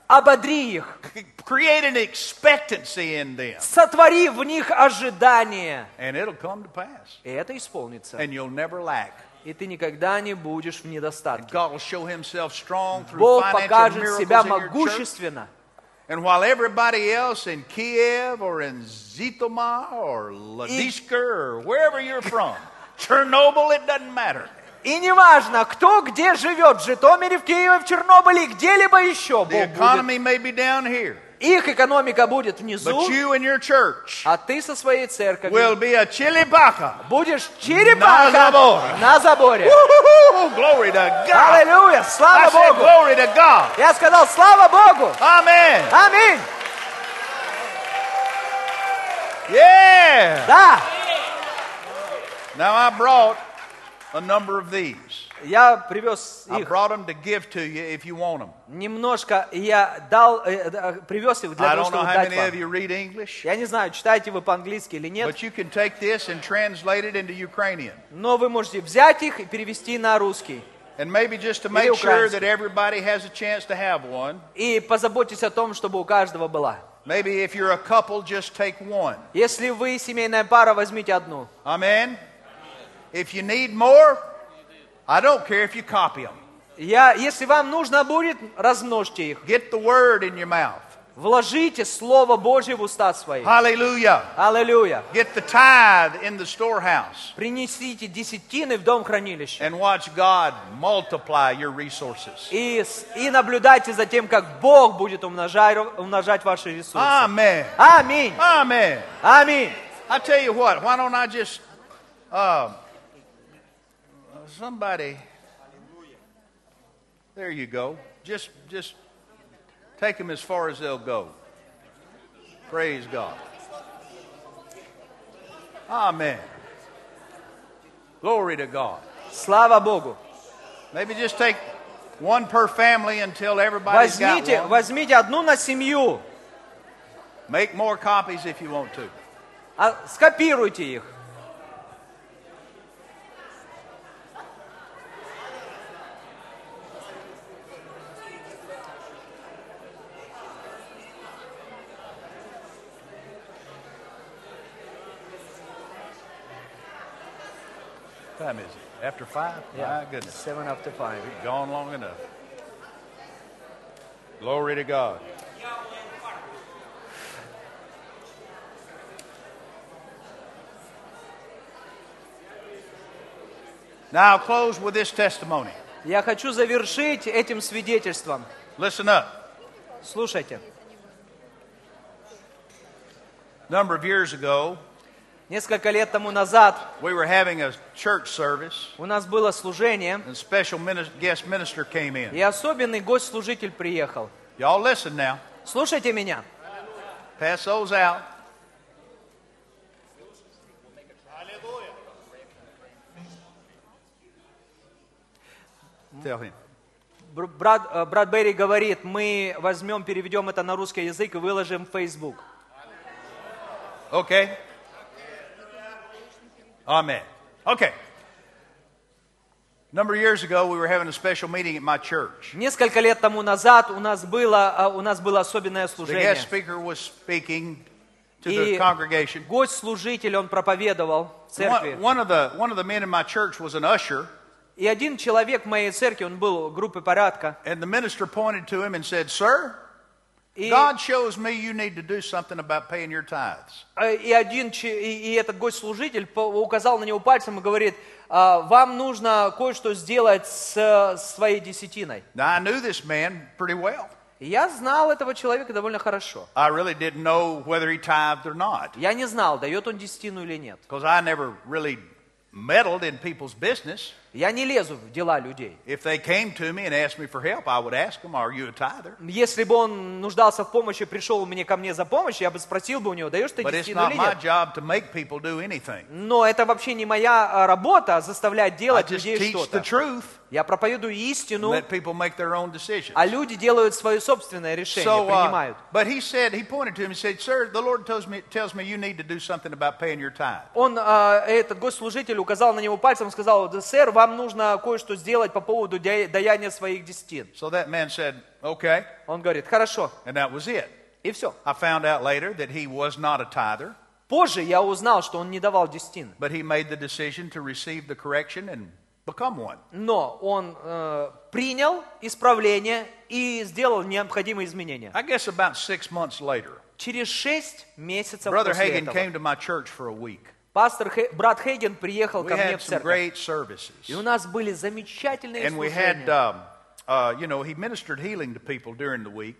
B: Ободри их.
A: C- Create an expectancy in them.
B: Сотвори в них ожидание.
A: And it'll come to pass.
B: И это исполнится.
A: And you'll never lack.
B: И ты никогда не будешь в недостатке.
A: God will show himself strong through
B: Бог
A: financial
B: покажет себя
A: miracles in your church.
B: могущественно.
A: And while everybody else in Kiev or in Zitoma or Ladiska or wherever you're from, Chernobyl, it doesn't matter.
B: И неважно, кто где живет, в Житомире, в Киеве, в Чернобыле, где-либо еще.
A: The
B: Бог будет.
A: economy may be down here,
B: Их экономика будет
A: but
B: внизу,
A: you and your church
B: а ты со своей церковью
A: will be a chilipaca.
B: Будешь черепаха
A: На заборе.
B: на заборе.
A: Woo-hoo-hoo! Glory to God.
B: Аллилуйя,
A: I
B: слава
A: said,
B: Богу.
A: glory to God.
B: Я сказал, слава Богу.
A: Amen.
B: Аминь.
A: Yeah.
B: Да,
A: Now I brought a number of these.
B: я привез
A: I
B: их
A: brought them to give to you if you want them.
B: немножко, и я дал, э, э, привез их для
A: I
B: того,
A: don't know
B: чтобы
A: how
B: дать
A: many of
B: вам.
A: you read English,
B: Я не знаю, читаете вы по-английски или нет,
A: but you can take this and translate it into Ukrainian.
B: но вы можете взять их и перевести на русский.
A: And maybe just to
B: Или
A: make sure
B: украинский.
A: that everybody has a chance to have one,
B: И позаботьтесь о том, чтобы у каждого была.
A: maybe if you're a couple, just take one.
B: Если вы семейная пара, возьмите одну.
A: Amen? If you need more, I don't care if you copy them.
B: Я, если вам нужно будет, размножьте их.
A: Get the word in your mouth.
B: Вложите Слово Божье в уста свои.
A: Hallelujah.
B: Аллилуйя.
A: Get the tithe in the storehouse
B: Принесите десятины в дом хранилища.
A: and watch God multiply your resources.
B: И, с- и наблюдайте за тем, как Бог будет умножать, умножать ваши ресурсы.
A: Amen.
B: Аминь.
A: Amen.
B: Аминь.
A: I tell you what, why don't I just, um, somebody, there you go. Just, just take them as far as they'll go. Praise God. Amen. Glory to God.
B: Слава Богу.
A: Maybe just take one per family until everybody's got
B: Возьмите,
A: one.
B: возьмите одну на семью.
A: Make more copies if you want to.
B: А, скопируйте их.
A: What time is it? After five? My goodness.
B: Seven after five.
A: Gone long enough. Glory to God. Now I'll close with this testimony.
B: Я хочу завершить этим свидетельством.
A: Listen up.
B: Слушайте,
A: A number of years ago,
B: несколько лет тому назад
A: we were having a church service,
B: у нас было служение,
A: and a special minis- guest minister came in.
B: и особенный гость-служитель приехал.
A: Y'all listen now.
B: Слушайте меня.
A: Pass those out. Tell him.
B: Бр- Брат, э, брат Берри говорит, мы возьмем, переведем это на русский язык и выложим в Facebook.
A: Okay. Amen. Okay. A number of years ago, we were having a special meeting at my church.
B: Несколько лет тому назад у нас было, а, у нас было особенное
A: The
B: служение.
A: guest speaker was speaking to the
B: И
A: congregation.
B: гость-служитель, он проповедовал в церкви.
A: One, one of the one of the men in my church was an usher,
B: И один человек в моей церкви, он был группы порядка.
A: and the minister pointed to him and said, "Sir,
B: И,
A: God shows me you need to do something about paying your tithes."
B: э, и, один, че- и, и этот гость-служитель по- указал на него пальцем и говорит, «А, вам нужно кое-что сделать с э, своей десятиной.
A: Now I knew this man pretty well.
B: И Я знал этого человека довольно хорошо.
A: I really didn't know whether he tithed or not
B: Я не знал, дает он десятину или нет.
A: because I never really meddled in people's business.
B: Я не лезу в дела людей.
A: If they came to me and asked me for help, I would ask them, "Are you a tither?"
B: Если бы он нуждался в помощи, пришел мне ко мне за помощью, я бы спросил бы у него, даешь ты
A: But it's
B: десятину
A: not
B: или
A: my
B: нет.
A: job to make people do anything.
B: Но это вообще не моя а, работа заставлять
A: I
B: делать
A: just
B: людей
A: teach the
B: что-то.
A: truth
B: Я проповедую
A: and
B: истину,
A: let people make their own decisions.
B: а люди делают свое собственное решение,
A: So, uh,
B: принимают.
A: but he said, he pointed to him and said, Sir, the Lord tells me, tells me you need to do something about paying your tithe.
B: Он, а, этот госслужитель, указал на него пальцем, сказал, «Да, сэр, вам нужно кое-что сделать по поводу дя- даяния своих десятин.
A: So that man said, Okay.
B: Он говорит, хорошо,
A: And that was it.
B: и все.
A: I found out later that he was not a tither,
B: Позже я узнал, что он не давал десятин,
A: but he made the decision to receive the correction and become one.
B: но он э, принял исправление и сделал необходимые изменения.
A: I guess about six months later,
B: Через шесть месяцев
A: Brother
B: после
A: Hagan
B: этого
A: came to my church for a week.
B: пастор Хе- брат Хейген приехал
A: We
B: ко мне
A: had
B: в
A: some
B: церковь.
A: great services.
B: И у нас были замечательные
A: And we
B: служения.
A: had, um, uh, you know, he ministered healing to people during the week.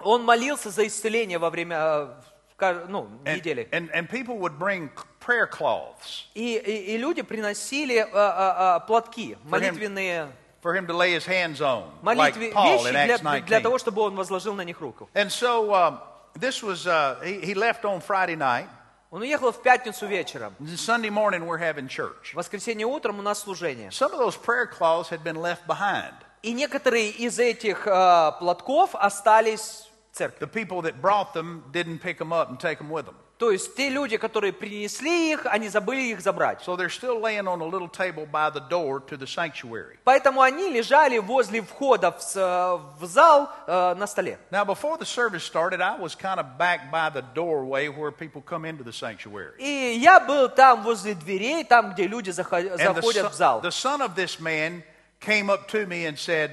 B: Он молился за исцеление во время э, в ка- ну,
A: And,
B: недели.
A: and, and people would bring prayer cloths.
B: И, и- и люди приносили э, э, э, платки, молитвенные
A: for him to lay his hands on, like
B: молитве,
A: Paul
B: вещи
A: in
B: для,
A: Acts
B: для
A: 19.
B: того, чтобы он возложил на них руку.
A: And so um, this was, uh, he, he left on Friday night.
B: Он уехал в пятницу вечером.
A: And Sunday morning, we're having
B: В
A: church.
B: воскресенье утром у нас служение.
A: Some of those prayer claws had been left behind.
B: И некоторые из этих э, платков остались в церкви.
A: The people that brought them didn't pick them up and take them with them.
B: То есть те люди, которые принесли их, они забыли их забрать.
A: So they're still laying on a little table by the door to the sanctuary.
B: Поэтому они лежали возле входа в, с- в зал э, на столе.
A: Now, before the service started, I was kind of back by the doorway where people come into the sanctuary.
B: И я был там возле дверей, там, где люди захо-
A: And the
B: заходят
A: son-
B: в зал.
A: the son of this man came up to me and said,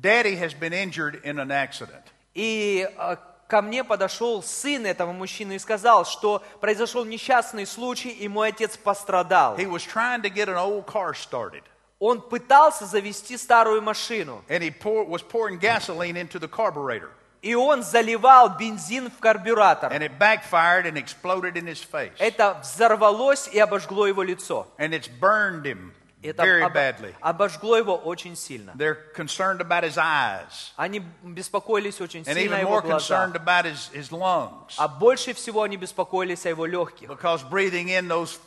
A: Daddy has been injured in an accident.
B: И э, ко мне подошел сын этого мужчины и сказал, что произошел несчастный случай, и мой отец пострадал.
A: He was trying to get an old car started,
B: Он пытался завести старую машину,
A: and he pour, was pouring gasoline into the carburetor,
B: и он заливал бензин в карбюратор.
A: and it backfired and exploded in his face,
B: Это взорвалось и обожгло его лицо.
A: and it's burned him
B: Это
A: very
B: обо-
A: badly.
B: обожгло его очень сильно.
A: They're concerned about his eyes,
B: Они беспокоились очень
A: and
B: сильно о
A: even
B: его
A: more
B: глазах.
A: concerned about his, his lungs,
B: А больше всего они беспокоились о его легких.
A: because breathing in those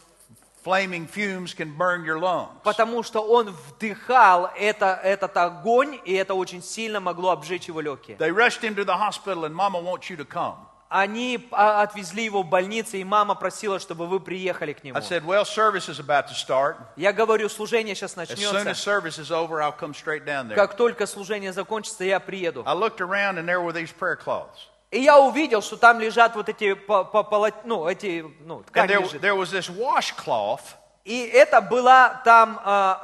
A: flaming fumes can burn your lungs.
B: Потому что он вдыхал это, этот огонь, и это очень сильно могло обжечь его легкие.
A: They rushed him to the hospital, and Mama wants you to come.
B: Они а, отвезли его в больницу, и мама просила, чтобы вы приехали к нему.
A: I said, Well, service is about to start.
B: Я говорю, служение сейчас
A: As soon as
B: начнется.
A: service is over, I'll come straight down there.
B: Как только служение закончится, я приеду.
A: I looked around, and there were these prayer cloths.
B: И я увидел, что там лежат вот эти, по- по- поло- ну, эти, ну, ткань
A: And there,
B: лежит.
A: there was this washcloth
B: И это была там а, а,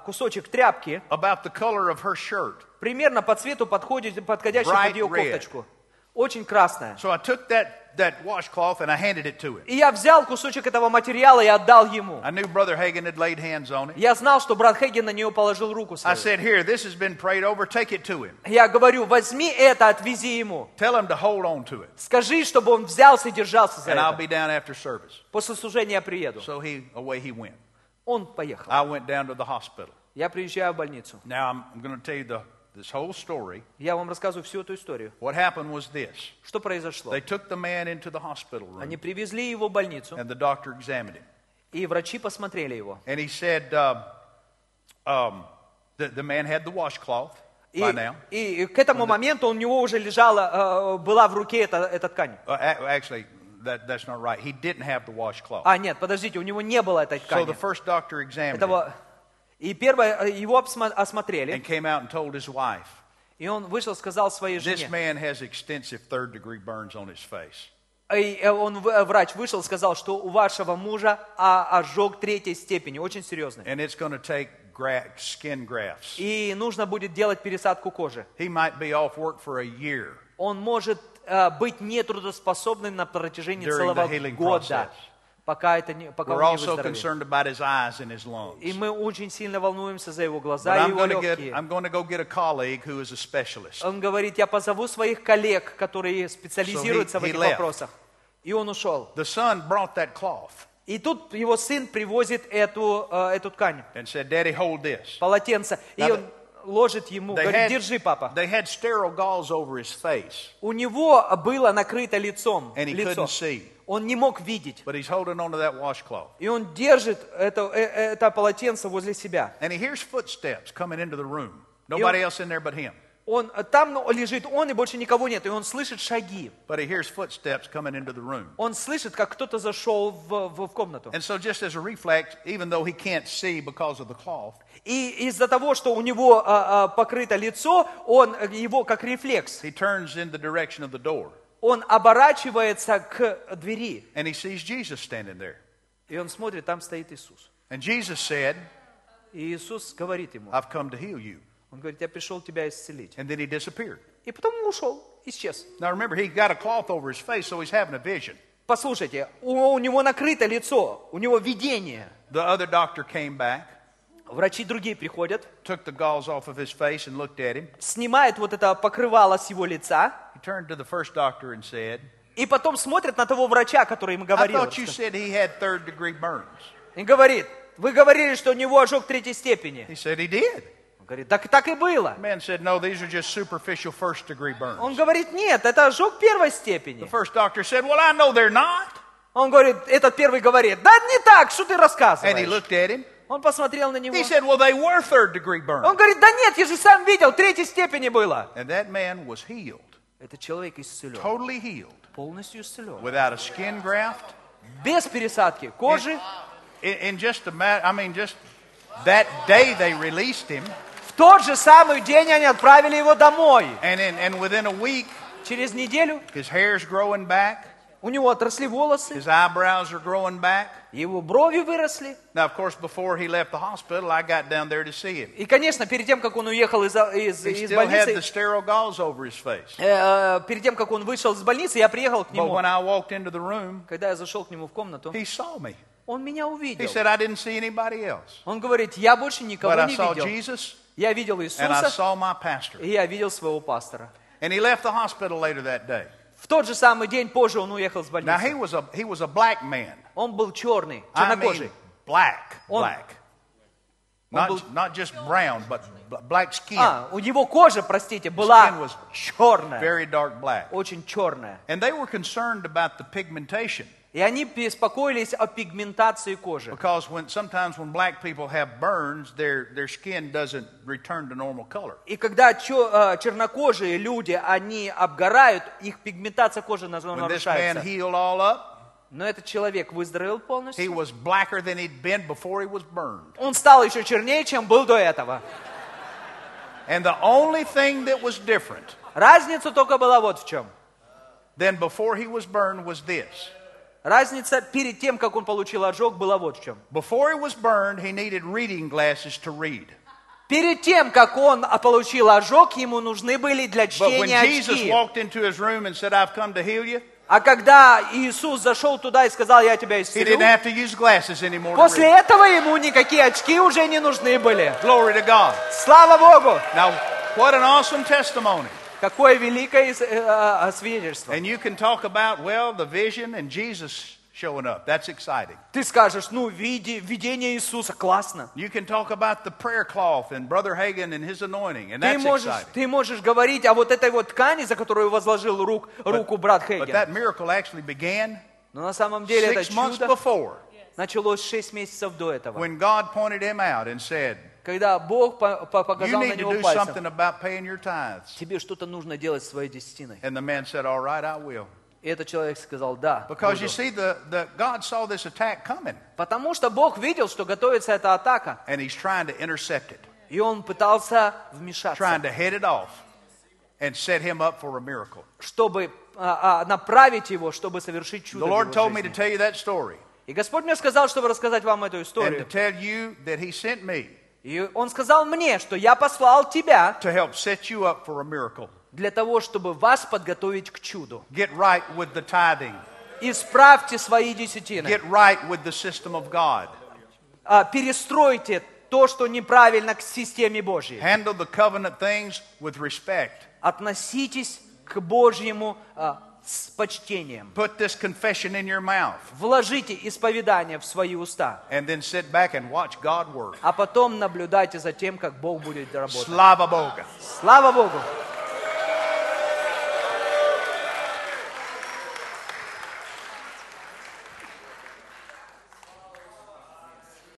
B: а, кусочек тряпки,
A: about the color of her shirt.
B: примерно по цвету подходит, подходящий
A: Bright
B: под ее
A: red.
B: кофточку. очень красная.
A: So I took that, that washcloth and I handed it to him.
B: И я взял кусочек этого материала и отдал ему.
A: I knew Brother Hagan had laid hands on it.
B: Я знал, что брат Хейген на нее положил руку
A: I
B: свою.
A: said, Here, this has been prayed over. Take it to him.
B: Я говорю, возьми это, отвези ему.
A: Tell him to hold on to it.
B: Скажи, чтобы он взялся и держался за
A: And I'll
B: это.
A: be down after service.
B: После служения я приеду.
A: So he away he went.
B: Он поехал.
A: I went down to the hospital.
B: Я приезжаю в больницу.
A: Now I'm, I'm going to tell you the, this whole story.
B: Я вам рассказываю всю эту историю.
A: What happened was this.
B: Что произошло?
A: They took the man into the hospital room
B: Они привезли его в больницу,
A: and the doctor examined him.
B: и врачи посмотрели его.
A: And he said, um, um, the, the man had the washcloth
B: И,
A: by now.
B: и- и к этому моменту у него уже лежала, э, была в руке эта, эта ткань.
A: Uh, a- actually, that, that's not right. He didn't have the washcloth.
B: А, нет, подождите, у него не было этой
A: so the
B: ткани.
A: first doctor examined him
B: Этого... И первое, э, его обсма- осмотрели,
A: and came out and told his wife,
B: и он вышел, сказал своей
A: This
B: жене.
A: man has extensive third degree burns on his face.
B: И э, он, в- э, врач вышел, сказал, что у вашего мужа а, ожог третьей степени, очень серьезный.
A: And it's going to take gra- skin grafts.
B: И нужно будет делать пересадку кожи.
A: He might be off work for a year
B: Он может э, быть нетрудоспособным на протяжении
A: During
B: целого
A: the healing process.
B: года, пока, это не, пока
A: We're
B: он не
A: also
B: выздоровеет.
A: concerned about his eyes and his lungs.
B: И мы очень сильно волнуемся за его
A: But
B: глаза и
A: I'm
B: его
A: going to get,
B: легкие.
A: I'm going to go get a colleague who is a specialist.
B: Он говорит, я позову своих коллег, которые специализируются
A: So
B: в
A: he- he
B: этих
A: left.
B: вопросах. И он ушел.
A: The son brought that cloth
B: И тут его сын привозит эту, э, эту ткань,
A: and said, Daddy, hold this.
B: полотенце, и
A: Надо-
B: он ложит ему,
A: They
B: говорит,
A: had,
B: держи, папа.
A: they had sterile gauze over his face,
B: У него было накрыто лицом,
A: And he
B: лицо.
A: couldn't see.
B: Он не мог видеть.
A: but he's holding onto that washcloth.
B: И он держит это, э, э, это полотенце возле себя.
A: And he hears footsteps coming into the room. Nobody else in there but him.
B: Он, э, там ну, лежит он, и больше никого нет. И он слышит шаги.
A: But he hears footsteps coming into the room.
B: Он слышит, как кто-то зашел в, в- в комнату.
A: And so, just as a reflex, even though he can't see because of the cloth,
B: И из-за того, что у него а, а, покрыто лицо, он э, его как рефлекс,
A: he turns in the direction of the door
B: он оборачивается к двери,
A: and he sees Jesus standing there.
B: и он смотрит, там стоит Иисус.
A: And Jesus said,
B: И Иисус говорит ему,
A: I've come to heal you.
B: он говорит, я пришел тебя исцелить.
A: And then he disappeared.
B: И потом он ушел, исчез.
A: Now, remember, he got a cloth over his face, so he's having a vision.
B: Послушайте, у, у него накрыто лицо, у него видение.
A: The other doctor came back,
B: Врачи другие приходят,
A: took the gauze off of his face, and looked at him.
B: снимают вот это покрывало с его лица,
A: He turned to the first doctor and said,
B: и потом смотрят на того врача, который им
A: I
B: говорил.
A: thought you said he had third degree burns.
B: И говорит, вы говорили, что у него ожог третьей степени.
A: He said he did.
B: Он говорит, так, так и было.
A: The man said, No, these are just superficial first degree
B: Он
A: burns.
B: говорит, нет, это ожог первой
A: The
B: степени.
A: first doctor said, Well, I know they're not.
B: Он говорит, этот первый говорит, да не так, что ты
A: And he
B: рассказываешь.
A: looked at him.
B: Он посмотрел на него.
A: He said, Well, they were third degree
B: Он
A: burns.
B: говорит, да нет, я же сам видел, третьей степени было.
A: And that man was healed,
B: Этот человек исцелен,
A: totally healed,
B: полностью исцелен.
A: without a skin graft.
B: Без пересадки кожи.
A: In, in just a matter, I mean, just that day they released him.
B: В тот же самый день они отправили его домой.
A: And, in, and within a week,
B: Через неделю
A: his hair's growing back,
B: у него отросли волосы,
A: his eyebrows are growing back.
B: его брови выросли.
A: Now, of course, before he left the hospital, I got down there to see him.
B: И, конечно, перед тем, как он уехал из, из-
A: He
B: из
A: still had the
B: больницы,
A: sterile gauze over his face.
B: э, э, перед тем, как он вышел из больницы, я приехал к
A: But
B: нему.
A: when I walked into the room,
B: Когда я зашел к нему в комнату,
A: he saw me.
B: он меня
A: He
B: увидел.
A: said, I didn't see anybody else.
B: Он говорит, я больше никого
A: But I
B: не
A: saw
B: видел.
A: Jesus
B: Я видел
A: and I
B: Иисуса,
A: saw my pastor.
B: и я видел своего пастора.
A: And he left the hospital later that day.
B: В тот же самый день позже он уехал с
A: Now he
B: больницы.
A: was a he was a black man.
B: Он был черный,
A: I mean,
B: чернокожий.
A: black,
B: Он-
A: black.
B: он
A: Not
B: был-
A: not just brown, but bl- black skin,
B: А, у него кожа, простите,
A: skin
B: была
A: was
B: черная,
A: very dark black.
B: очень черная.
A: And they were concerned about the pigmentation
B: И они беспокоились о пигментации кожи.
A: because when sometimes when black people have burns, their their skin doesn't return to normal color.
B: И когда чё- э, чернокожие люди, они обгорают, их пигментация кожи на-
A: When this man
B: нарушается.
A: healed all up,
B: Но этот человек выздоровел
A: he
B: полностью.
A: was blacker than he'd been before he was burned.
B: Он стал еще чернее, чем был до этого.
A: And the only thing that was different
B: Разница только была вот в чем.
A: than before he was burned was this.
B: Разница перед тем, как он получил ожог, была вот в чем.
A: Before he was burned, he needed reading glasses to read.
B: Перед тем, как он а, получил ожог, ему нужны были для
A: But when
B: чтения
A: Jesus
B: очки.
A: walked into his room and said, I've come to heal you,
B: А когда Иисус зашел туда и сказал, я тебя
A: he
B: исцелю,
A: didn't have to use glasses anymore. To
B: после
A: read.
B: этого ему никакие очки уже не нужны были.
A: Glory to God.
B: Слава Богу!
A: Now, what an awesome testimony.
B: Какое великое э, э, свидетельство.
A: And you can talk about, well, the vision and Jesus showing up. That's exciting.
B: Ты скажешь, ну, види, видение Иисуса, классно.
A: You can talk about the prayer cloth and Brother Hagan and his anointing, and
B: Ты
A: that's
B: можешь,
A: exciting.
B: ты можешь говорить о вот этой вот ткани, за которую возложил рук, руку брат
A: But
B: Хейген.
A: that miracle actually began
B: Но на самом деле это
A: six months
B: чудо
A: before
B: началось 6 месяцев до этого,
A: when God pointed him out and said,
B: когда Бог по- по-
A: You
B: показал на
A: need to
B: него
A: do
B: пальцем.
A: something about paying your tithes.
B: Тебе что-то нужно делать со своей десятиной.
A: And the man said, All right, I will.
B: И этот человек сказал, да.
A: Because you
B: буду».
A: see, the, the God saw this attack coming
B: Потому что Бог видел, что готовится эта атака.
A: and he's trying to intercept it,
B: И он пытался вмешаться,
A: trying to head it off and set him up for a miracle.
B: чтобы а, а, направить его, чтобы совершить чудо.
A: The
B: в
A: Lord
B: его
A: told me to
B: жизни.
A: tell you that story
B: И Господь мне сказал, чтобы рассказать вам эту
A: and to
B: историю.
A: tell you that he sent me
B: И Он сказал мне, что я послал тебя
A: to help set you up for a miracle.
B: для того, чтобы вас подготовить к чуду.
A: Get right with the tithing,
B: Исправьте свои десятины.
A: get right with the system of God,
B: А, перестройте то, что неправильно к системе Божьей.
A: handle the covenant things with respect.
B: Относитесь к Божьему а, с почтением.
A: Put this confession in your mouth
B: Вложите исповедание в свои уста,
A: and then sit back and watch God work.
B: а потом наблюдайте за тем, как Бог будет работать.
A: Slava Boga.
B: Слава Богу!